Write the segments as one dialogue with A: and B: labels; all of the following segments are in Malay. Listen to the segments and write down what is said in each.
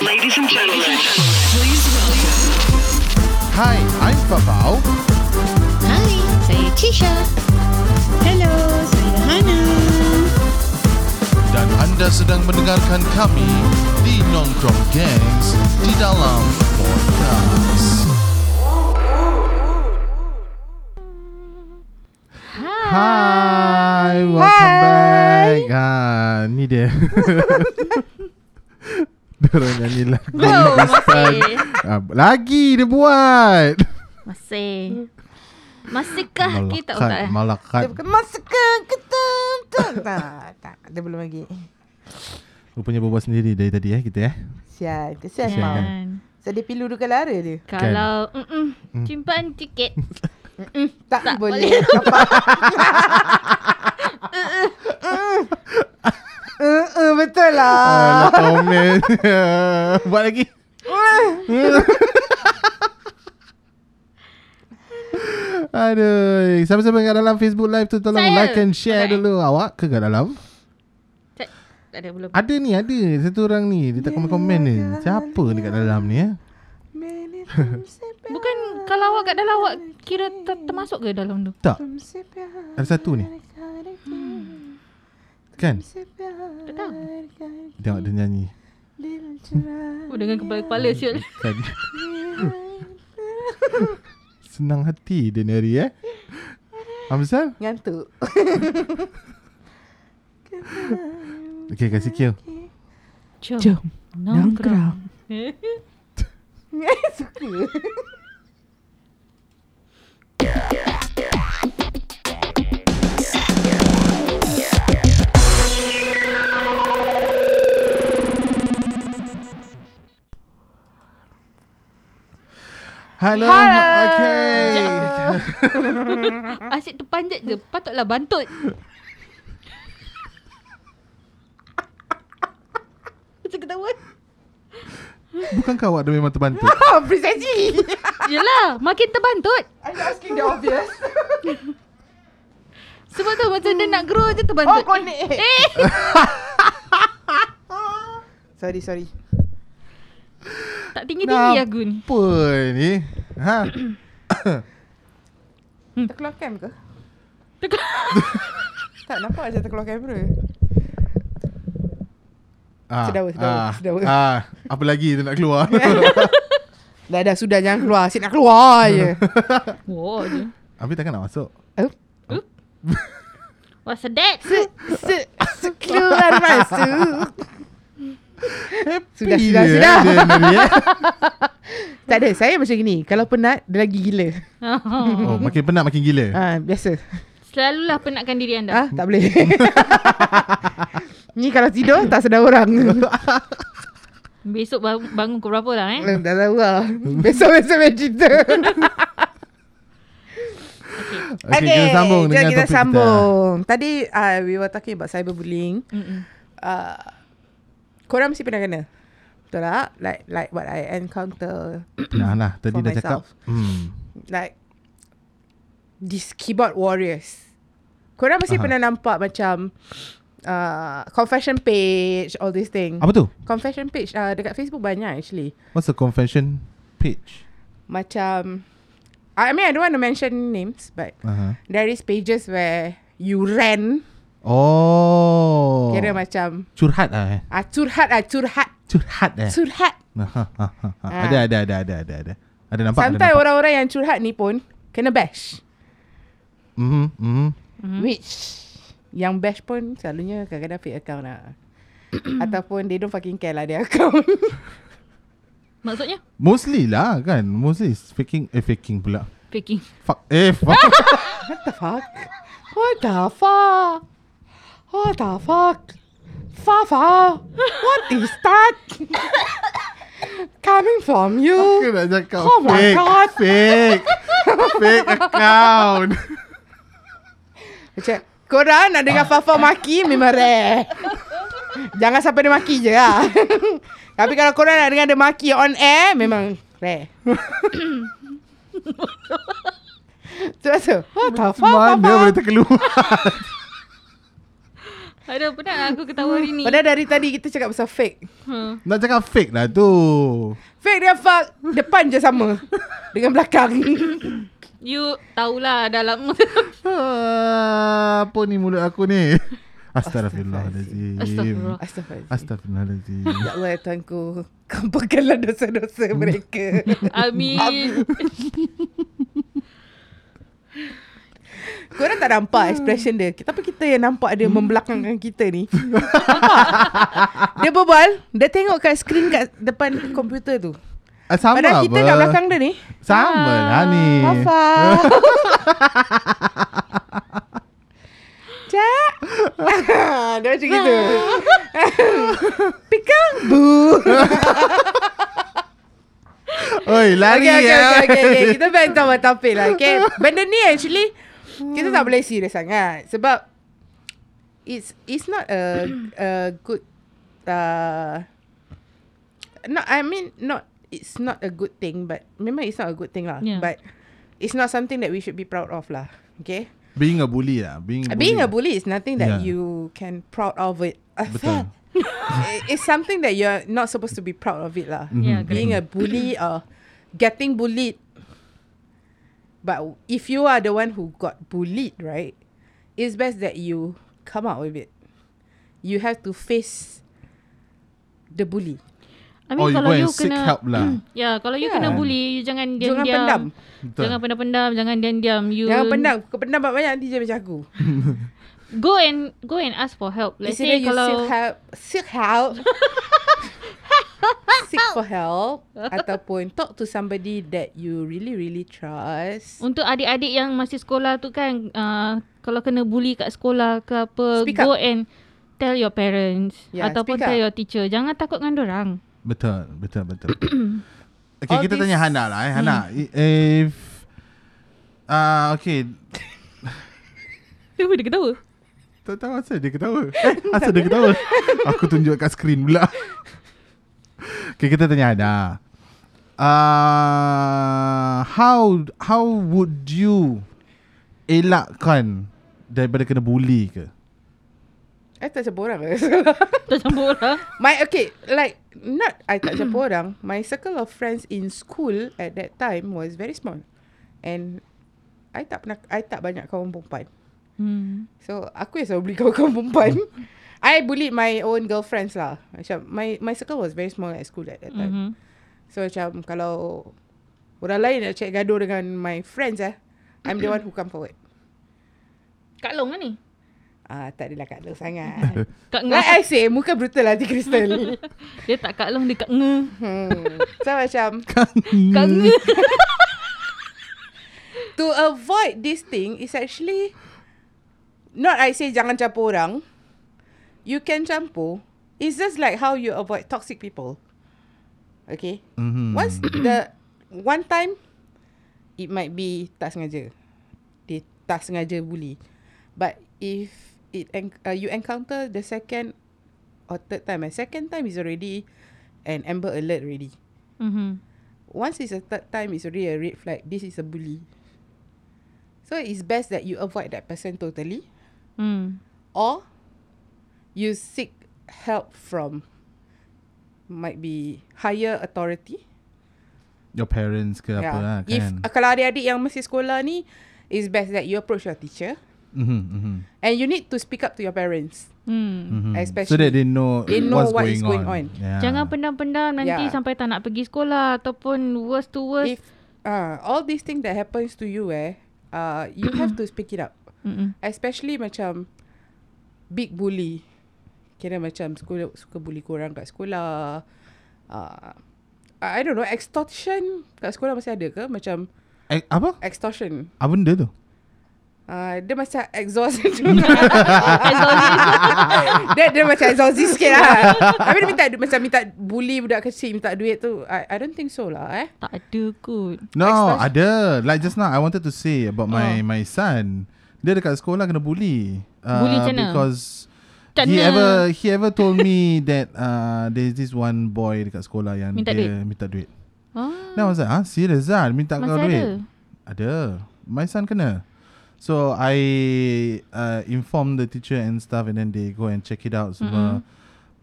A: Ladies and gentlemen,
B: Hi, I'm Fafau.
C: Hai, saya Tisha. Hello, saya Hana.
B: Dan anda sedang mendengarkan kami di Nongkrong Gangs di dalam podcast. Hi, welcome back. Ha, ni dia. Diorang nyanyi lagu
C: Belum,
B: Pakistan.
C: masih.
B: Ah, Lagi dia buat
C: Masih. Masihkah kita
B: Malakat,
C: eh. otak?
B: malakat
D: Dia bukan masukkan ke tentu. Tak, tak. Dia belum lagi.
B: Rupanya berbuat sendiri dari tadi eh kita eh
D: Sial, kesian
B: Kesian,
D: mau.
B: kan?
D: So dia pilu dua kali arah dia.
C: Kan. Kalau mm-mm, Simpan tiket Tak
D: Tak, boleh.
C: boleh.
D: Uh, Eh, eh, betul lah.
B: Alah komen Buat lagi Aduh Siapa-siapa yang kat dalam Facebook live tu Tolong
C: Saya.
B: like and share
C: Alright.
B: dulu Awak ke kat dalam?
C: Tak tak ada belum
B: Ada ni ada Satu orang ni Dia
C: Ya,
B: tak komen-komen ni Siapa ni kat dalam ni eh?
D: Many times I been
C: Bukan kalau awak kat dalam awak Kira ter- termasuk ke dalam tu?
B: Tak
D: so bad.
B: Ada satu ni Kan
D: So bad.
C: Tak tahu
B: Tengok dia nyanyi
D: Little try.
C: Oh dengan kepala-kepala siul
B: Kan Senang hati dia ni hari eh Amsal
D: Ngantuk.
B: Okay kasih cue
C: Jom, Jom Nongkrong
D: Suka.
B: Hello. Okay.
C: Asyik terpanjat je Patutlah bantut Macam ketawa
B: Bukan kau awak dah memang terbantu.
D: Oh, precisely.
C: Yelah Makin terbantut
D: I'm not asking the obvious.
C: Sebab tu macam dia nak grow je terbantut
D: Oh, connect.
C: Eh
D: sorry, sorry.
C: Tak tinggi-tinggi aku ni
B: Apa ni? Ha?
D: Terkeluar cam ke? Tak nampak macam terkeluar kamera.
B: Ah,
D: Sedawa, sedawa,
B: ah,
D: sedawa.
B: Ah, apa lagi tu nak keluar?
D: Dah dah sudah jangan keluar. Asyik nak keluar je.
C: Wow dia.
B: Habis takkan nak masuk.
D: Oh,
C: What's that?
D: se, se keluar masuk.
B: Happy
D: Sudah, sudah,
B: dia,
D: sudah.
B: dia ni, eh.
D: Tak ada, saya macam gini. Kalau penat, dia lagi gila.
B: Oh, makin penat makin gila.
D: Ah, biasa.
C: Selalulah penatkan diri anda.
D: Ah, tak boleh. Ni kalau tidur tak sedar orang.
C: Besok ba- bangun pukul berapa lah eh?
D: tak tahu lah. Besok-besok main cerita.
B: Okay, kita sambung
D: jom
B: dengan
D: kita
B: topik
D: sambung. Tadi uh, we were talking about cyberbullying.
C: Mm-mm.
D: Uh, korang mesti pernah kena. Betul tak? Like like what I encounter
B: kita. Nah, nah, tadi
D: For
B: dah cakap.
D: myself.
B: Hmm.
D: like these keyboard warriors. Korang mesti
B: Aha.
D: pernah nampak macam uh, confession page, all these thing.
B: Apa tu?
D: Confession page uh, dekat Facebook banyak actually.
B: What's the confession page?
D: Macam I mean I don't want to mention names but
B: Aha.
D: there is pages where you rant
B: Oh.
D: kira macam
B: curhat lah eh.
D: ah, curhat ah curhat
B: Curhat eh.
D: curhat.
B: Aha, aha, aha.
D: Ah.
B: ha. Ada ada ada ada ada ada. Ada nampak
D: Sampai
B: ada nampak.
D: orang-orang yang curhat ni pun kena bash.
B: Mhm, mhm.
D: hmm Which Yang bash pun Selalunya kadang-kadang fake account lah Ataupun they don't fucking care lah Their account
C: Maksudnya?
B: Mostly lah kan. Mostly is faking eh faking pula.
C: Faking.
B: Fuck eh fuck.
D: What the fuck What the fuck What the fuck Fafa What is that Coming from
B: Aku
D: you
B: nak cakap
D: Oh my
B: fake,
D: God.
B: Fake Fake account
D: Macam Korang nak dengar Fafa maki Memang rare Jangan sampai dia maki je lah Tapi kalau korang nak dengar dia maki on air Memang rare Sebab tu What the fuck
B: Mana
D: Fafa
B: boleh terkeluar
C: Aduh, penat lah aku ketawa hari ni.
D: Padahal dari tadi kita cakap pasal fake.
C: Ha.
B: Nak cakap fake lah tu.
D: Fake dia fuck. Depan je sama. Dengan belakang.
C: You tahulah dalam
B: Ah, apa ni mulut aku ni? Astagfirullahaladzim.
C: Astagfirullah.
D: Astagfirullah.
B: Astagfirullahaladzim.
D: Ya Allah Tuhanku. Kampangkanlah dosa-dosa mereka.
C: Amin.
D: Korang tak nampak expression dia. Tapi kita yang nampak dia membelakangkan kita ni. Nampak? dia berbual. Dia tengok kat screen kat depan komputer tu.
B: Ah, sama
D: Padahal kita
B: apa?
D: kat belakang Ah, dia ni.
B: Sama lah ni.
D: Fafa. Cak. dia macam gitu. Pikang. Bu.
B: Oi, lari
D: Okay, okay,
B: ya.
D: okay, okay, okay. Kita back to our topic lah. Okay. Benda ni actually, kita tak boleh serius sangat. Sebab, it's it's not a, a good, uh, no, I mean, not, it's not a good thing, but memang it's not a good thing lah.
C: Yeah.
D: But, it's not something that we should be proud of lah. Okay.
B: Being a bully lah. Being,
D: Being a bully is nothing that
B: Yeah.
D: you can proud of it.
B: Betul.
D: It- it's something that you're not supposed to be proud of it lah.
C: Yeah,
B: Mhm.
C: correct.
D: Being a bully or getting bullied. But if you are the one who got bullied, right? It's best that you come out with it. You have to face the bully.
C: I
B: Or
D: Oh,
B: you
C: mean, kalau
B: go and
C: you
B: seek
C: kena
B: help lah.
D: Hmm.
C: Ya, kalau you
D: Yeah.
C: kena bully, you jangan diam-diam.
D: Jangan pendam.
B: Betul.
C: Jangan pendam-pendam, jangan diam-diam. You
D: Jangan pendam. Kau pendam banyak-banyak nanti je macam aku.
C: Go and go and ask for help. Let's
D: Let's
C: say
D: you seek
C: kalau
D: help, seek help, seek for help, ataupun talk to somebody that you really really trust.
C: untuk adik-adik yang masih sekolah tu kan, uh, kalau kena bully kat sekolah ke apa,
D: Speak
C: go
D: up.
C: and tell your parents
D: Yeah,
C: ataupun
D: speak
C: tell
D: up.
C: your teacher. Jangan takut dengan orang.
B: Betul, betul, betul. okay,
D: All
B: kita
D: this- Hmm.
B: tanya Hana lah. Eh. Hana, i- if... Ah, okay.
C: Dia boleh ketawa.
B: Tak tahu asal dia ketawa. Eh, asal dia ketawa? Aku tunjuk kat skrin pula. okay, kita tanya Hana. Uh, how how would you elakkan daripada kena bully ke?
C: Mm.
D: I tak campur orang. ke?
C: Tak campur orang.
D: My okay, like not I tak campur orang. My circle of friends in school at that time was very small, and I tak pernah I tak banyak kawan perempuan.
C: Hmm.
D: So aku yang selalu bully kawan-kawan perempuan.
C: Mm.
D: I bullied my own girlfriends lah. Macam my my circle was very small at school at that time.
C: Mhm.
D: So macam kalau orang lain nak cek gaduh dengan my friends eh, I'm the one who come forward.
C: Kak Long kan ni?
D: Ah, tak adalah kat lu sangat.
C: Kak
D: like
C: Ngah.
D: I say, muka brutal lah di Crystal.
C: Dia tak Kak Long, dia Kak Ngah.
D: hmm. So macam,
B: Kan?
D: Kan.
C: Kak Ngah.
D: to avoid this thing is actually, not I say jangan campur orang. You can campur. It's just like how you avoid toxic people. Okay?
B: Mm-hmm.
D: Once the one time it might be tak sengaja. Dia tak sengaja bully. But if it en- uh, you encounter the second or third time, and second time is already an amber alert already.
C: Mhm.
D: Once it's a third time, it's already a red flag. This is a bully. So it's best that you avoid that person totally,
C: Hmm.
D: or you seek help from might be higher authority.
B: Your parents ke apa lah kan?
D: If uh, kalau adik-adik yang masih sekolah ni, it's best that you approach your teacher
B: mm-hmm, mm-hmm.
D: and you need to speak up to your parents.
C: Hmm.
B: Mm-hmm. So
D: Especially-
B: that they know,
D: they know
B: what's
D: what
B: going
D: is going
B: on.
D: on.
B: Yeah.
C: Jangan pendam-pendam nanti
D: Yeah.
C: sampai tak nak pergi sekolah ataupun worst to worst.
D: Ya. If uh, all these things that happens to you eh, uh, you have to speak it up.
C: Mm-mm.
D: Especially macam big bully. Kira macam sekolah, suka bully korang kat sekolah. Uh, I I don't know, extortion kat sekolah masih ada ke? Macam
B: Eh, apa?
D: extortion.
B: Apa benda tu?
D: Uh, dia macam exhaust
C: Exorcist.
D: Ah. dia, dia macam exorcist sikit lah Tapi dia minta Macam minta bully budak kecil Minta duit tu I, I don't think so lah eh
C: tak ada kot.
B: No,
D: Extortion.
B: ada. Like just now, I wanted to say about my
C: Oh.
B: my son. Dia dekat sekolah kena bully. Uh,
C: Bully macam mana?
B: Because
C: Macam
B: he
C: mana?
B: ever he ever told me that uh, there's this one boy dekat sekolah yang
C: Minta
B: dia minta duit.
C: Ah,
B: ah? Then I was like, ah, serious lah? Dia minta kau
C: Masih
B: duit?
C: ada?
B: Ada. My son kena. So I uh, inform the teacher and stuff, and then they go and check it out. semua.
D: Mm-hmm.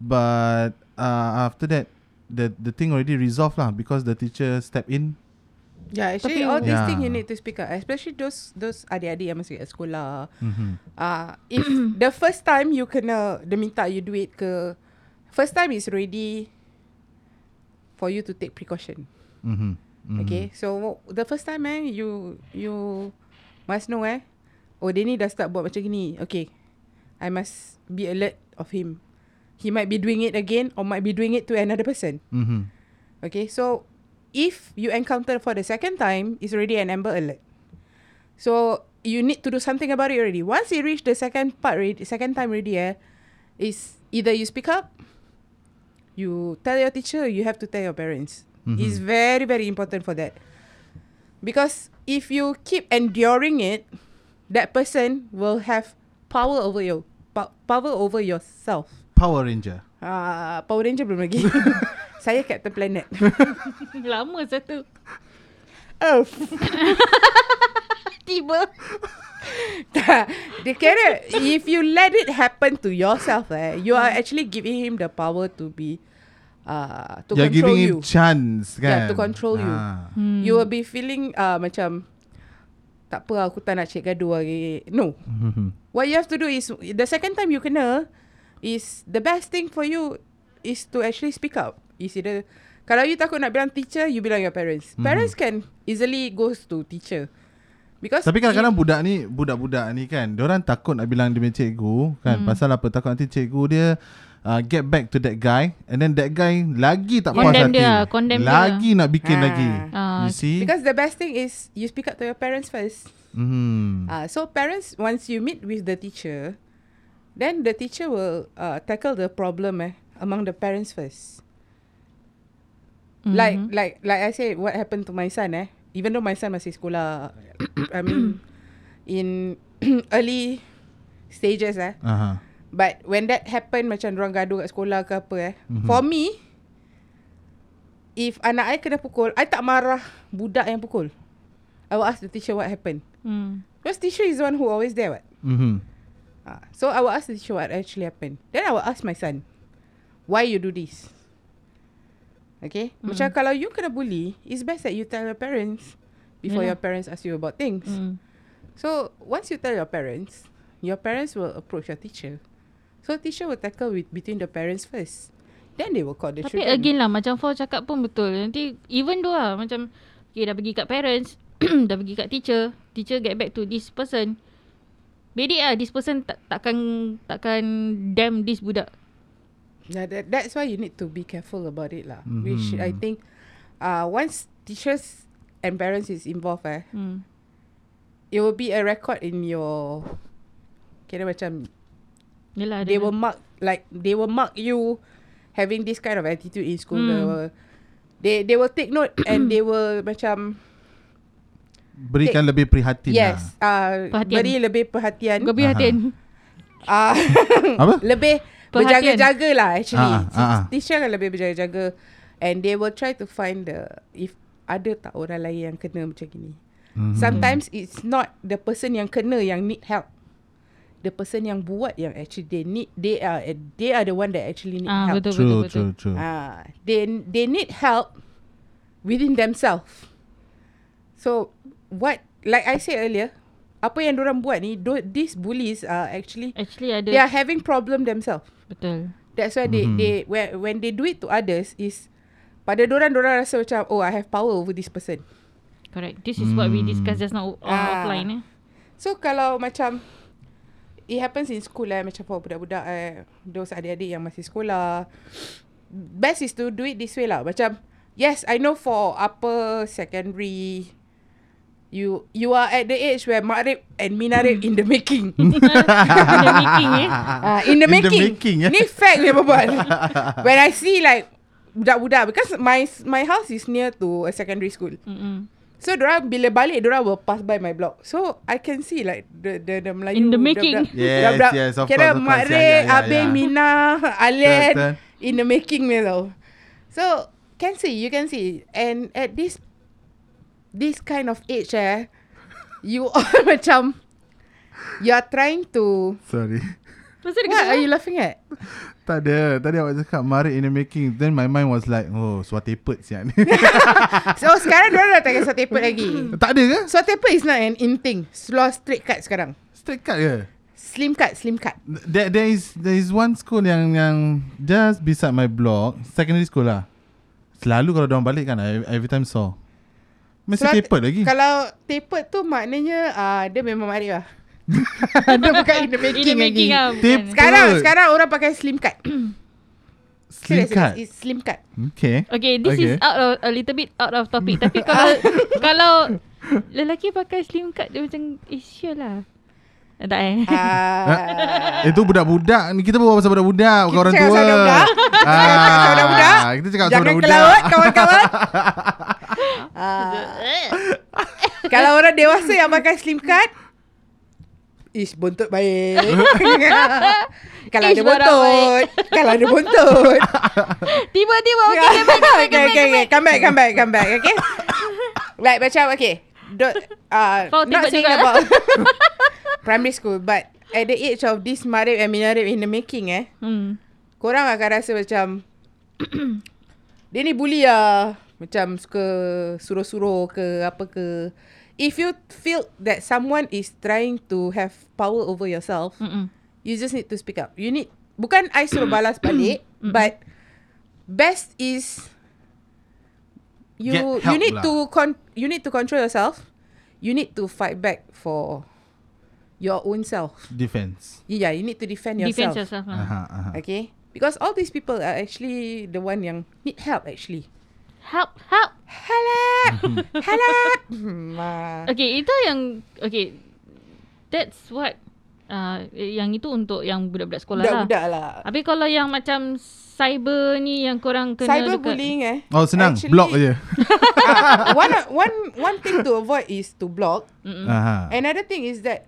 B: But uh, after that, the the thing already resolved lah because the teacher step in.
D: Yeah, actually
C: Tapi-
D: all these
B: Yeah.
D: thing you need to speak up. Especially those those adik-adik yang masih kat sekolah.
B: Mm-hmm.
D: Ah, uh, if the first time you kena dia minta you duit ke first time is ready for you to take precaution.
B: Mm-hmm.
D: Mm. Okay. So the first time eh you you must know eh oh dia ni dah start buat macam gini. Okay. I must be alert of him. He might be doing it again or might be doing it to another person.
B: Mm-hmm.
D: Okay, so if you encounter for the second time, it's already an amber alert. So you need to do something about it already. Once you reach the second part, already, second time already, eh, is either you speak up, you tell your teacher, you have to tell your parents. It's very very important for that, because if you keep enduring it, that person will have power over you, pow- power over yourself.
B: Power Ranger.
D: Ah, Power Ranger belum lagi. Saya Captain Planet.
C: Lama satu.
D: Oh,
C: Tiba.
D: tak. Dia kira if you let it happen to yourself, eh, you are actually giving him the power to be, uh, to
B: You're
D: control
B: giving
D: you.
B: him chance kan.
D: Yeah, to control you.
B: Ah.
D: Hmm. You will be feeling uh, macam tak apa aku tak nak cik gaduh lagi. No.
B: Mhm.
D: What you have to do is the second time you kena is the best thing for you is to actually speak up. Is either kalau you takut nak bilang teacher, you bilang your parents. Mm-hmm. Parents can easily goes to teacher. Because
B: Tapi kadang-kadang
D: if-
B: budak ni Budak-budak ni kan Diorang takut nak bilang dia punya cikgu Kan hmm. Pasal apa Takut nanti cikgu dia uh, Get back to that guy And then that guy Lagi tak puas
C: Condemn
B: hati
C: dia, condemn dia.
B: Lagi nak bikin
D: Ah.
B: lagi
C: Ah,
B: You see
D: because the best thing is you speak up to your parents first.
B: hmm.
D: Uh, so parents once you meet with the teacher, then the teacher will uh, tackle the problem eh, among the parents first. Like like like I said what happened to my son eh. Even though my son masih sekolah I mean in early stages eh.
B: Aha.
D: But when that happened macam orang gaduh kat sekolah ke apa eh. Mm-hmm. For me if anak I kena pukul, I tak marah budak yang pukul. I will ask the teacher what happened.
C: Hmm.
D: Because teacher is the one who always there what.
B: Mhm.
D: Ah, so I will ask the teacher what actually happened. Then I will ask my son, why you do this? Okay? Mm. Macam kalau you kena bully, it's best that you tell your parents before
C: Yeah.
D: your parents ask you about things. Mm.
C: Hmm.
D: So once you tell your parents, your parents will approach your teacher. So teacher will tackle with between the parents first. Then they will call the
C: Tapi
D: children.
C: again lah Macam Fau cakap pun betul Nanti even though lah Macam Okay dah pergi kat parents Dah pergi kat teacher Teacher get back to this person Bedek lah This person tak, takkan Takkan Damn this budak
D: Yeah, that, that's why you need to be careful about it lah. Mm-hmm. Which I think, uh, once teachers and parents is involved, eh,
C: hmm.
D: it will be a record in your kira macam
C: Yelah
D: they will mark like they will mark you having this kind of attitude in school
C: Hmm.
D: mm. they they will take note and they will macam
B: Berikan lebih prihatin lah.
D: yes uh,
C: Perhatian.
D: beri lebih perhatian
C: Kau prihatin
D: uh,
B: Apa?
D: lebih
C: Perhatian.
D: berjaga-jaga lah actually
B: Ah, ah, ah.
D: teacher akan lebih berjaga-jaga and they will try to find the if ada tak orang lain yang kena macam gini
B: Mhm.
D: Sometimes it's not the person yang kena yang need help. The person yang buat yang actually they need they are they are the one that actually need
C: ah,
D: help.
B: lah
C: Betul betul
B: True
C: betul
B: true true
D: Ah, they they need help within themselves. So what like I said earlier, apa yang orang buat ni tho- these bullies are actually
C: Actually ada
D: they are having problem themselves.
C: Betul
D: That's why they
B: Mhm.
D: they when, when they do it to others is pada orang orang rasa macam oh I have power over this person.
C: Correct This is what we
B: Hmm.
C: discuss just now On
D: Ah.
C: offline eh
D: So kalau macam It happens in school eh Macam for budak-budak eh Those adik-adik yang masih sekolah Best is to do it this way lah Macam Yes I know for upper secondary You you are at the age where Maghrib and Minarib in the making
C: Kena meeting eh
D: uh,
B: In
D: In the
B: the
D: making,
B: making, eh.
D: Ni fact dia berbual When I see like Budak-budak Because my my house is near to a secondary school
C: Mm-mm.
D: So dorang bila balik dorang will pass by my block. So I can see like the the the Melayu
C: In the making.
B: Yes, yes, of
D: kira
B: course, of course.
D: Mak
B: Yeah,
D: Reh,
B: yeah, yeah,
D: Abang
B: yeah.
D: Mina, Alen
B: Betul.
D: in the making ni tau. So can see you can see and at this this kind of age eh you all macam You are trying to
B: Sorry
C: Lepas tu dia
D: What
C: kata,
D: are "Ah, you laughing at?
B: Tak ada Tadi awak cakap Marik in the making Then my mind was like Oh suara tepet siap ni
D: So sekarang dia dah tak kisah tapered lagi
B: Tak ada ke?
D: So tapered is not an in thing Slow straight cut sekarang
B: Straight cut ke?
D: Slim cut, slim cut
B: There, there is there is one school yang yang just beside my block, secondary school lah. Selalu kalau orang balik kan, I, every time saw. Masih
D: Kalau-
B: tapered lagi.
D: Kalau tapered tu maknanya uh, Dia memang marip lah Dia bukan in the making,
C: In the making
D: lagi
C: lah
B: Tip.
C: bukan.
D: Sekarang
B: Betul.
D: sekarang orang pakai slim cut
B: Slim
D: Serious,
B: cut.
D: serious. It's slim cut
B: Okay.
C: Okay this okay. is
B: Okay.
C: out of, A little bit out of topic Tapi kalau Kalau Lelaki pakai slim cut Dia macam Eh sure lah Ah, Tak eh
D: Ah.
B: Itu budak-budak ni kita bawa pasal budak-budak bukan
D: Kita
B: orang
D: cakap
B: tua.
D: pasal budak-budak. pasal budak-budak.
B: Ah, kita cakap pasal
D: Jangan ke
B: budak-budak.
D: laut kawan-kawan Ah. Kalau orang dewasa yang pakai slim cut Ish buntut baik Kalau
C: Ish,
D: ada
C: borak
D: buntut Kalau ada buntut
C: Tiba-tiba Okay
D: okay,
C: come back, come back,
D: okay,
C: come back, come
D: okay, okay. Come back, come back, come back, okay? like macam, okay. Don't, uh,
C: Kau tembak
D: not saying
C: juga.
D: about primary school, but at the age of this marib and minarib in the making eh,
C: back. Hmm.
D: korang akan rasa macam, dia ni bully lah. Macam suka suruh-suruh ke apa ke. If you feel that someone is trying to have power over yourself,
C: Mm-mm.
D: You just need to speak up. You need bukan I suruh balas balik, but best is
B: Get
D: you you
B: help
D: need
B: lah.
D: to con- you need to control yourself. You need to fight back for your own self.
B: Defense.
D: Yeah, you need to defend
C: Defense yourself
D: yourself.
C: lah
B: Aha, aha.
D: Okay? Because all these people are actually the one yang need help actually.
C: Help Help
B: Mm-hmm.
D: Help! help! Hmm, ah.
C: Okay itu yang Okay That's what uh, Yang itu untuk Yang budak-budak sekolah lah
D: Budak-budak lah.
C: Habis kalau yang macam Cyber ni Yang korang kena dekat,
D: Cyberbullying eh.
B: Oh senang,
D: Actually-
B: block je.
D: Ah, one, one, one thing to avoid is to block.
B: Aha.
D: Another thing is that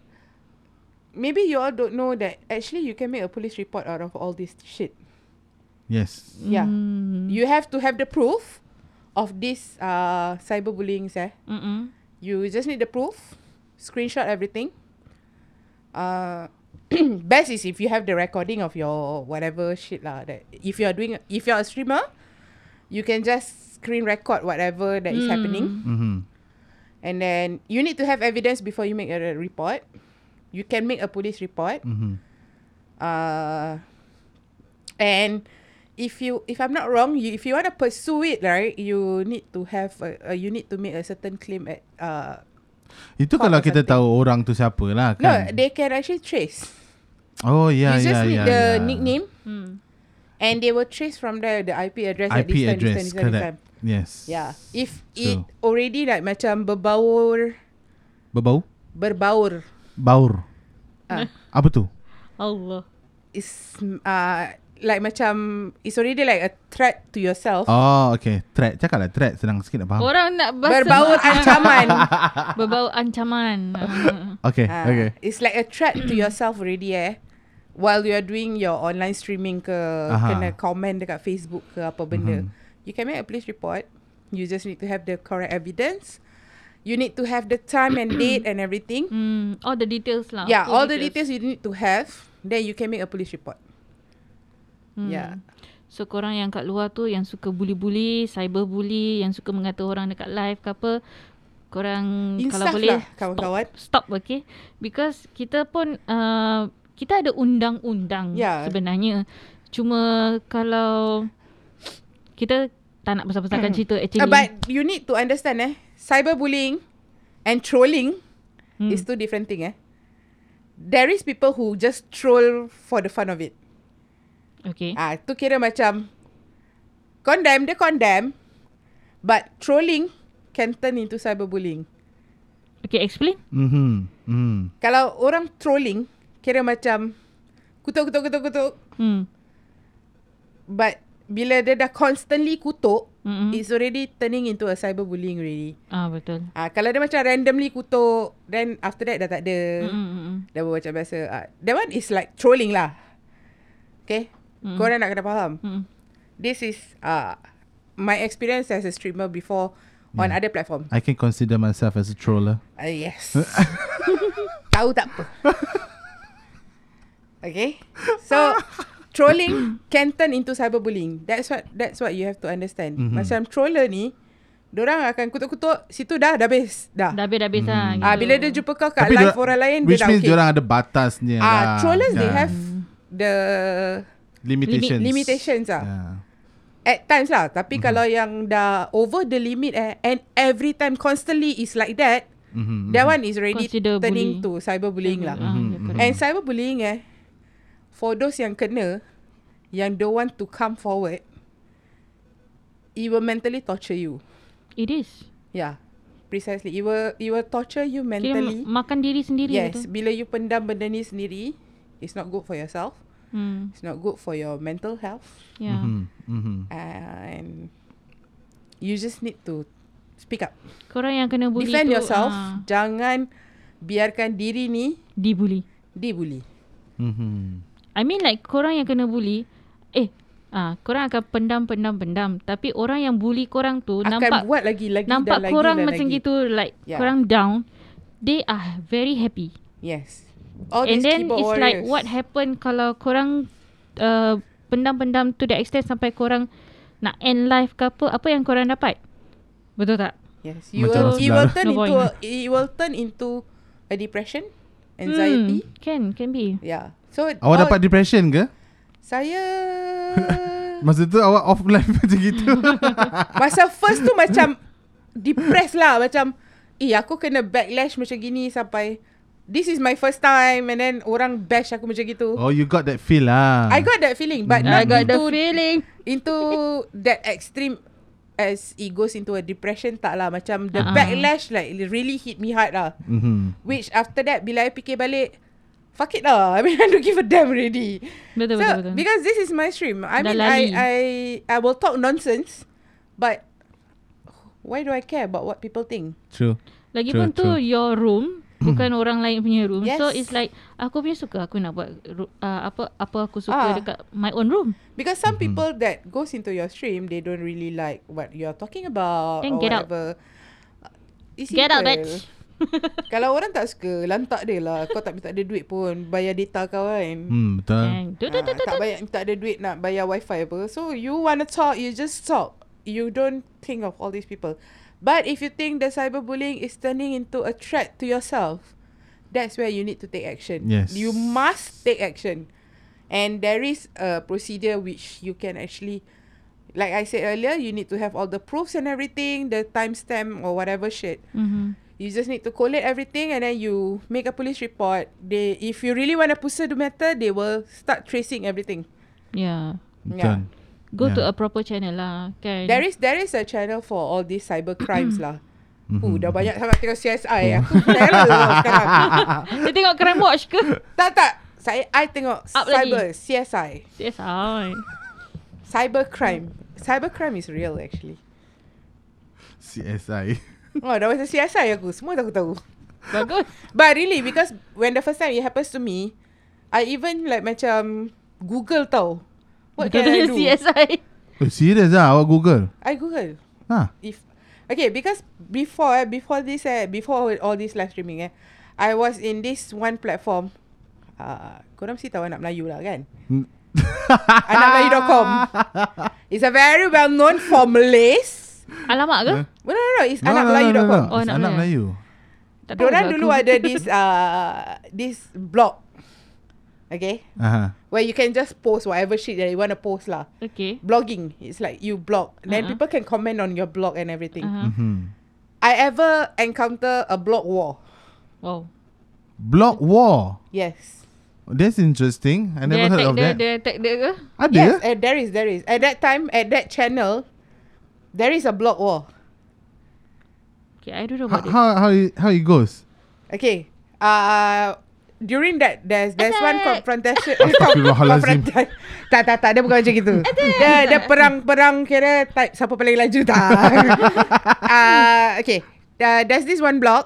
D: maybe you all don't know that actually you can make a police report out of all this shit.
B: Yes.
D: Yeah.
C: Hmm.
D: You have to have the proof of this uh cyberbullying eh.
C: Mm-mm.
D: You just need the proof, screenshot everything. Uh best is if you have the recording of your whatever shit lah that if you're doing if you're a streamer, you can just screen record whatever that is happening.
B: Mhm.
D: And then you need to have evidence before you make a re- report. You can make a police report.
B: Mhm.
D: Uh, and if you, if I'm not wrong, you, if you want to pursue it, right, you need to have a, a you need to make a certain claim at. Uh,
B: Itu
D: Court
B: kalau
D: or
B: kita
D: something.
B: tahu orang tu siapa lah
D: no,
B: kan.
D: they can actually trace.
B: Oh ya
D: you just
B: ya
D: need
B: ya.
D: the
B: ya.
D: nickname,
C: Hmm.
D: and they will trace from there the IP address. at this
B: IP
D: time, this
B: address,
D: time, this time, this
B: correct.
D: time.
B: Yes.
D: Yeah, if it
B: True.
D: already like macam berbaur,
B: Berbau?
D: berbaur.
B: Baur.
D: Ah.
B: Apa tu?
C: Allah
D: is uh, like macam it's already like a threat to yourself.
B: Oh, okay. Threat. Cakap lah threat. Senang sikit nak faham.
C: Orang nak bahasa
D: Berbaur ancaman.
C: Berbau ancaman Ah.
B: Okay,
D: Ah,
B: Eh, okay.
D: It's like a threat to yourself already eh. While you are doing your online streaming ke
B: Aha. Mhm.
D: kena comment dekat Facebook ke apa benda. You can make a police report. You just need to have the correct evidence. You need to have the time and date and everything.
C: Hmm, all the details lah.
D: Yeah, all the details you need to have. Then you can make a police report.
C: Hmm.
D: Yeah.
C: So korang yang kat luar tu yang suka bully-bully, cyber bully, yang suka mengata orang dekat live ke apa, korang
D: Insaf
C: kalau boleh
D: lah, kawan-kawan.
C: stop, stop okay? Because kita pun uh, kita ada undang-undang
D: Ya.
C: sebenarnya. Cuma kalau kita tak nak besar-besarkan cerita actually.
D: Uh, but you need to understand eh, cyberbullying and trolling
C: Hmm.
D: is two different thing eh. There is people who just troll for the fun of it.
C: okay.
D: Ah, tu kira macam condemn dia condemn, but trolling can turn into cyberbullying.
C: Okay, explain.
B: Mhm. Mhm.
D: Kalau orang trolling, kira macam kutuk kutuk kutuk kutuk,
C: Hmm.
D: but bila dia dah constantly kutuk,
C: Mm-mm.
D: it's already turning into a cyberbullying already.
C: Ah betul.
D: Ah, kalau dia macam randomly kutuk, then after that dah tak ada.
C: Mm-mm, mm-mm.
D: Dah buat macam biasa. Uh, that one is like trolling lah. Okay? Mm. Korang nak kena faham.
C: Mm-mm.
D: This is uh, my experience as a streamer before on other platform.
B: I can consider myself as a troller.
D: Uh, yes. Tahu tak apa. okay. So trolling can turn into cyberbullying. That's what that's what you have to understand.
B: Mhm.
D: Mm-hmm. Macam troller ni, dorang akan kutuk-kutuk, situ dah dah habis. Dah.
C: Dah habis-habis hmm. lah.
D: Ah bila dia jumpa kau kat
B: Tapi
D: live
B: dia-
D: orang lain
B: Which
D: dia dah
B: means
D: okay.
B: diorang ada batasnya lah.
D: Ah trollers they
B: Yeah.
D: have the
B: limitations. Ya.
D: limitations ah.
B: Yeah.
D: At times lah Tapi mm-hmm. kalau yang dah Over the limit eh, And every time Constantly is like that
B: Mm-hmm.
D: mm-hmm. That one is already
C: Consider bully.
D: Turning to Cyberbullying lah
C: Ah,
B: Mhm,
C: ya, correct.
B: mhm.
D: And cyberbullying eh For those yang kena Yang don't want to come forward It will mentally torture you
C: It is.
D: Yeah Precisely It will, it will torture you
C: Kira lah
D: mentally
C: makan diri sendiri
D: Yes
C: gitu.
D: Bila you pendam benda ni sendiri It's not good for yourself
C: Hmm. ya.
D: It's not good for your mental health
C: Yeah.
D: Hmm.
B: Mm-hmm. Mm-hmm.
D: And You just need to Speak up
C: Korang yang kena bully
D: Defend
C: tu,
D: yourself
C: ah,
D: Jangan Biarkan diri ni
C: dibully.
D: Dibully
B: Mm-hmm.
C: I mean like korang yang kena bully Eh ah korang akan pendam pendam pendam Tapi orang yang bully korang tu
D: Akan
C: Nampak
D: buat lagi Lagi
C: nampak
D: dan lagi
C: korang
D: dan
C: macam
D: lagi. Ya.
C: gitu Like
D: Yeah.
C: korang down They are very happy
D: Yes All
C: And
D: these
C: then
D: keyboard
C: it's
D: warriors.
C: like what happen Kalau korang uh, pendam-pendam to the extent Sampai korang nak end life ke apa Apa yang korang dapat Betul tak?
D: Yes You
B: Macam
D: will, it will
B: sebelah.
D: turn
C: No
D: into
C: point.
D: a, It will turn into A depression Anxiety
C: hmm, Can, can be
D: Yeah So
B: Awak
D: all-
B: dapat depression ke?
D: Saya
B: Masa tu awak off live macam gitu.
D: Masa first tu macam Depressed lah Macam Eh aku kena backlash macam gini Sampai This is my first time And then orang bash aku macam gitu
B: oh, you got that feel lah.
D: I got that feeling But
B: Mm.
D: not
B: I got
D: into
C: feeling
D: Into that extreme As it goes into a depression Tak lah Macam the
C: Ah.
D: uh-huh. backlash Like it really hit me hard lah
B: Mm-hmm.
D: Which after that Bila I fikir balik Fuck it lah I mean I don't give a damn already
C: Betul,
D: So
C: betul, betul
D: because this is my stream I
C: Dah
D: mean I,
C: lali.
D: I I will talk nonsense But Why do I care about what people think
B: True.
C: Lagipun
B: True, true.
C: tu your room bukan orang lain punya room. So
D: Yes.
C: it's like aku punya suka aku nak buat ru- uh, apa apa aku suka
D: Ah.
C: dekat my own room.
D: Because some people that goes into your stream They don't really like What you're talking about
C: Then
D: Or
C: get out.
D: whatever It's
C: Get out
D: simple.
C: bitch.
D: Kalau orang tak suka Lantak dia lah Kau tak minta dia duit pun Bayar data kau kan
B: Hmm, betul.
C: And tu tu
D: Ah,
C: tu tu.
D: tak bayar minta dia duit nak bayar wifi apa so you wanna talk you just talk you don't think of all these people but if you think the cyberbullying is turning into a threat to yourself that's where you need to take action
B: Yes.
D: you must take action and there is a procedure which you can actually like I said earlier you need to have all the proofs and everything the timestamp or whatever shit
C: Mhm.
D: You just need to collate everything and then you make a police report. They, if you really want to pursue the matter, they will start tracing everything.
C: Yeah.
B: Betul.
D: Yeah.
C: Go to
B: Yeah.
C: a proper channel lah kan.
D: There is there is a channel for all these cyber crimes lah.
B: Mhm.
D: Uh, dah banyak sangat tengok CSI. Aku terror lah sekarang.
C: Dia tengok Crime Watch ke?
D: Tak tak. Saya I tengok
C: Up
D: cyber CSI.
C: Yes, I.
D: Cyber crime. Cyber crime is real actually.
B: CSI.
D: Oh, dah macam CSI aku. Semua aku tahu.
C: Bagus.
D: But really because when the first time it happens to me, I even like macam Google tau. What
C: Betul
D: can I
C: tu
D: do?
C: CSI.
B: Oh, serious lah awak Google.
D: I Google.
B: Ha.
D: If okay, because before eh, before this eh, before all this live streaming eh, I was in this one platform. Uh, korang mesti tahu anak Melayu lah kan?
B: Hmm.
D: Anakmelayu.com. It's a very well known for Malays.
C: Alamak ke?
D: No, no, no. It's
B: No, no, no, no,
D: anakmelayu.com.
B: no.
C: Oh,
B: It's
C: anak
B: anak Melayu.
C: Tak tahu
D: Diorang
C: ke
D: dulu
C: aku?
D: ada this uh, this blog. Okay?
B: Aha.
D: Where you can just post whatever shit that you want to post lah.
C: Okay.
D: Blogging. It's like you blog. Then
C: Uh-uh.
D: people can comment on your blog and everything.
C: Uh-huh.
B: Mhm.
D: I ever encounter a block war.
C: Wow.
B: Block war.
D: Yes.
B: That's interesting. I never heard
C: dia attack
B: of
C: dia,
B: that.
C: dia attack dia ke?
B: Ada?
D: Yes, uh, there is, there is. At that time, at that channel, there is a block war.
C: Okay, I don't know
B: How
C: about it.
B: how how it, how it goes?
D: Okay. Uh, during that, there's there's one
C: Attack.
D: confrontation.
B: Astaghfirullahalazim.
D: Confronta- tak, tak, tak. Dia bukan macam gitu. Dia, dia perang-perang kira type siapa paling laju tak. uh, okay. Uh, there's this one blog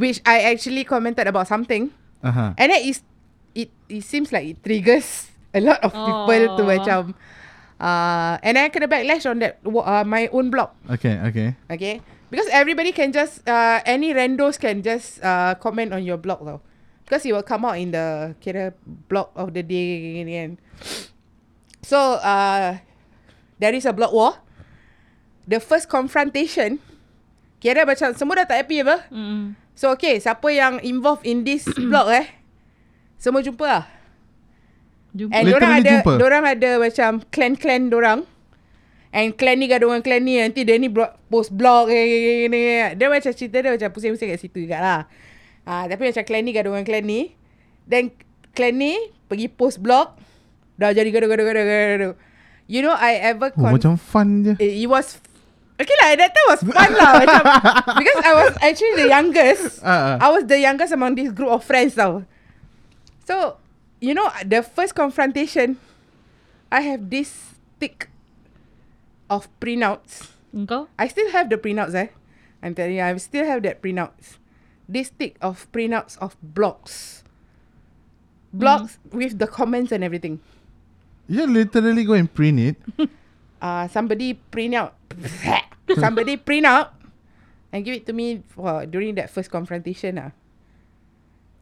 D: which I actually commented about something.
B: Aha.
D: And then it's, it it seems like it triggers a lot of people to
C: Oh.
D: macam uh, and I kena backlash on that wa- uh, my own blog.
B: Okay, okay.
D: Okay. Because everybody can just uh, any randos can just uh, comment on your blog though. Because it will come out in the kira blog of the day gini kan. So uh, there is a block war. The first confrontation kira macam semua dah tak happy apa.
C: Mm.
D: So okay, siapa yang involved in this blog eh? Semua jumpa lah.
C: Jumpa.
D: And
B: Literally
D: dorang ada
B: jumpa.
D: dorang ada macam clan-clan dorang. And clan ni gaduh dengan clan ni Nanti dia ni blog, post blog eh, eh, eh, ni, eh. Dia macam cerita dia macam pusing-pusing kat situ juga lah ha, Tapi macam clan ni gaduh dengan clan ni Then clan ni pergi post blog Dah jadi gaduh-gaduh-gaduh You know I ever
B: Oh,
D: con- Eh,
B: macam fun je.
D: it, it was Okay lah that time was fun lah Macam Because I was actually the youngest
B: Ah, ah.
D: I was the youngest among this group of friends tau. So, you know, the first confrontation, I have this stick of printouts.
C: Engkau?
D: I still have the printouts eh. I'm telling you, I still have that printouts. This stick of printouts of blocks. Blocks with the comments and everything.
B: You literally go and print it.
D: Uh, somebody print out. somebody print out and give it to me for, during that first confrontation lah.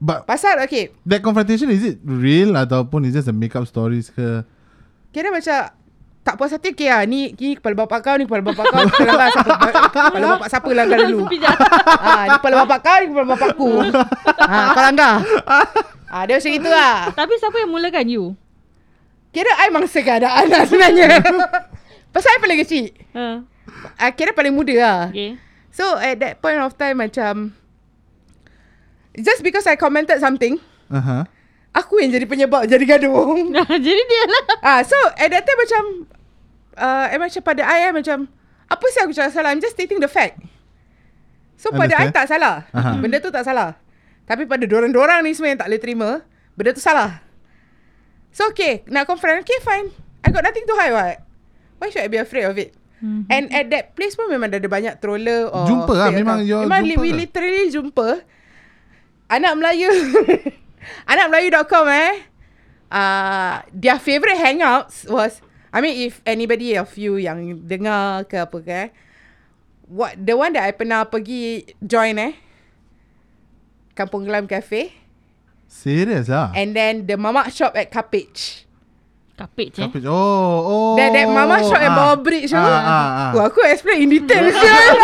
B: But
D: Pasal, okay,
B: that confrontation, is it real ataupun is just a make-up stories ke?
D: Kira macam tak puas hati okay lah. Ni, ni kepala bapak kau, ni kepala bapak kau. Kepala bapak siapa, kepala bapak siapa langgar dulu.
C: Pijak.
D: Ah, ni kepala bapak kau, ni kepala bapak aku. ah, kau langgar. Ah, dia macam itu lah.
C: Tapi siapa yang mulakan you?
D: Kira I mangsa keadaan lah sebenarnya. Pasal I paling kecil.
C: Ha.
D: I kira paling muda lah.
C: Okay.
D: So at that point of time macam... Just because I commented something,
B: Uh-huh.
D: aku yang jadi penyebab jadi gaduh.
C: Nah, jadi dia lah.
D: Ah, so at that time macam uh, eh, macam pada I, I macam apa sih aku cakap salah? I'm just stating the fact. So pada I
B: Understand.
D: tak salah.
B: Aha.
D: Benda tu tak salah. Tapi pada dorang-dorang ni semua yang tak boleh terima, benda tu salah. So okay, nak confront, okay fine. I got nothing to hide what. Why should I be afraid of it?
C: Mhm.
D: And at that place pun memang dah ada banyak troller or
B: Jumpa lah,
D: fake
B: memang
D: account.
B: you're
D: Memang
B: jumpa lah.
D: we
B: ke?
D: literally jumpa Anak Melayu Anak Melayu.com eh uh, Their favourite hangouts was I mean if anybody of you yang dengar ke apa ke eh, what, The one that I pernah pergi join eh Kampung Glam Cafe
B: Serious lah.
D: And then the mamak shop at Kapage
C: Kapit eh. je.
B: Cabbage. Oh, oh.
D: That, that mama shop at
B: ah.
D: bawah bridge tu.
B: Ah, ah, ah.
D: Wah, aku explain in detail sial.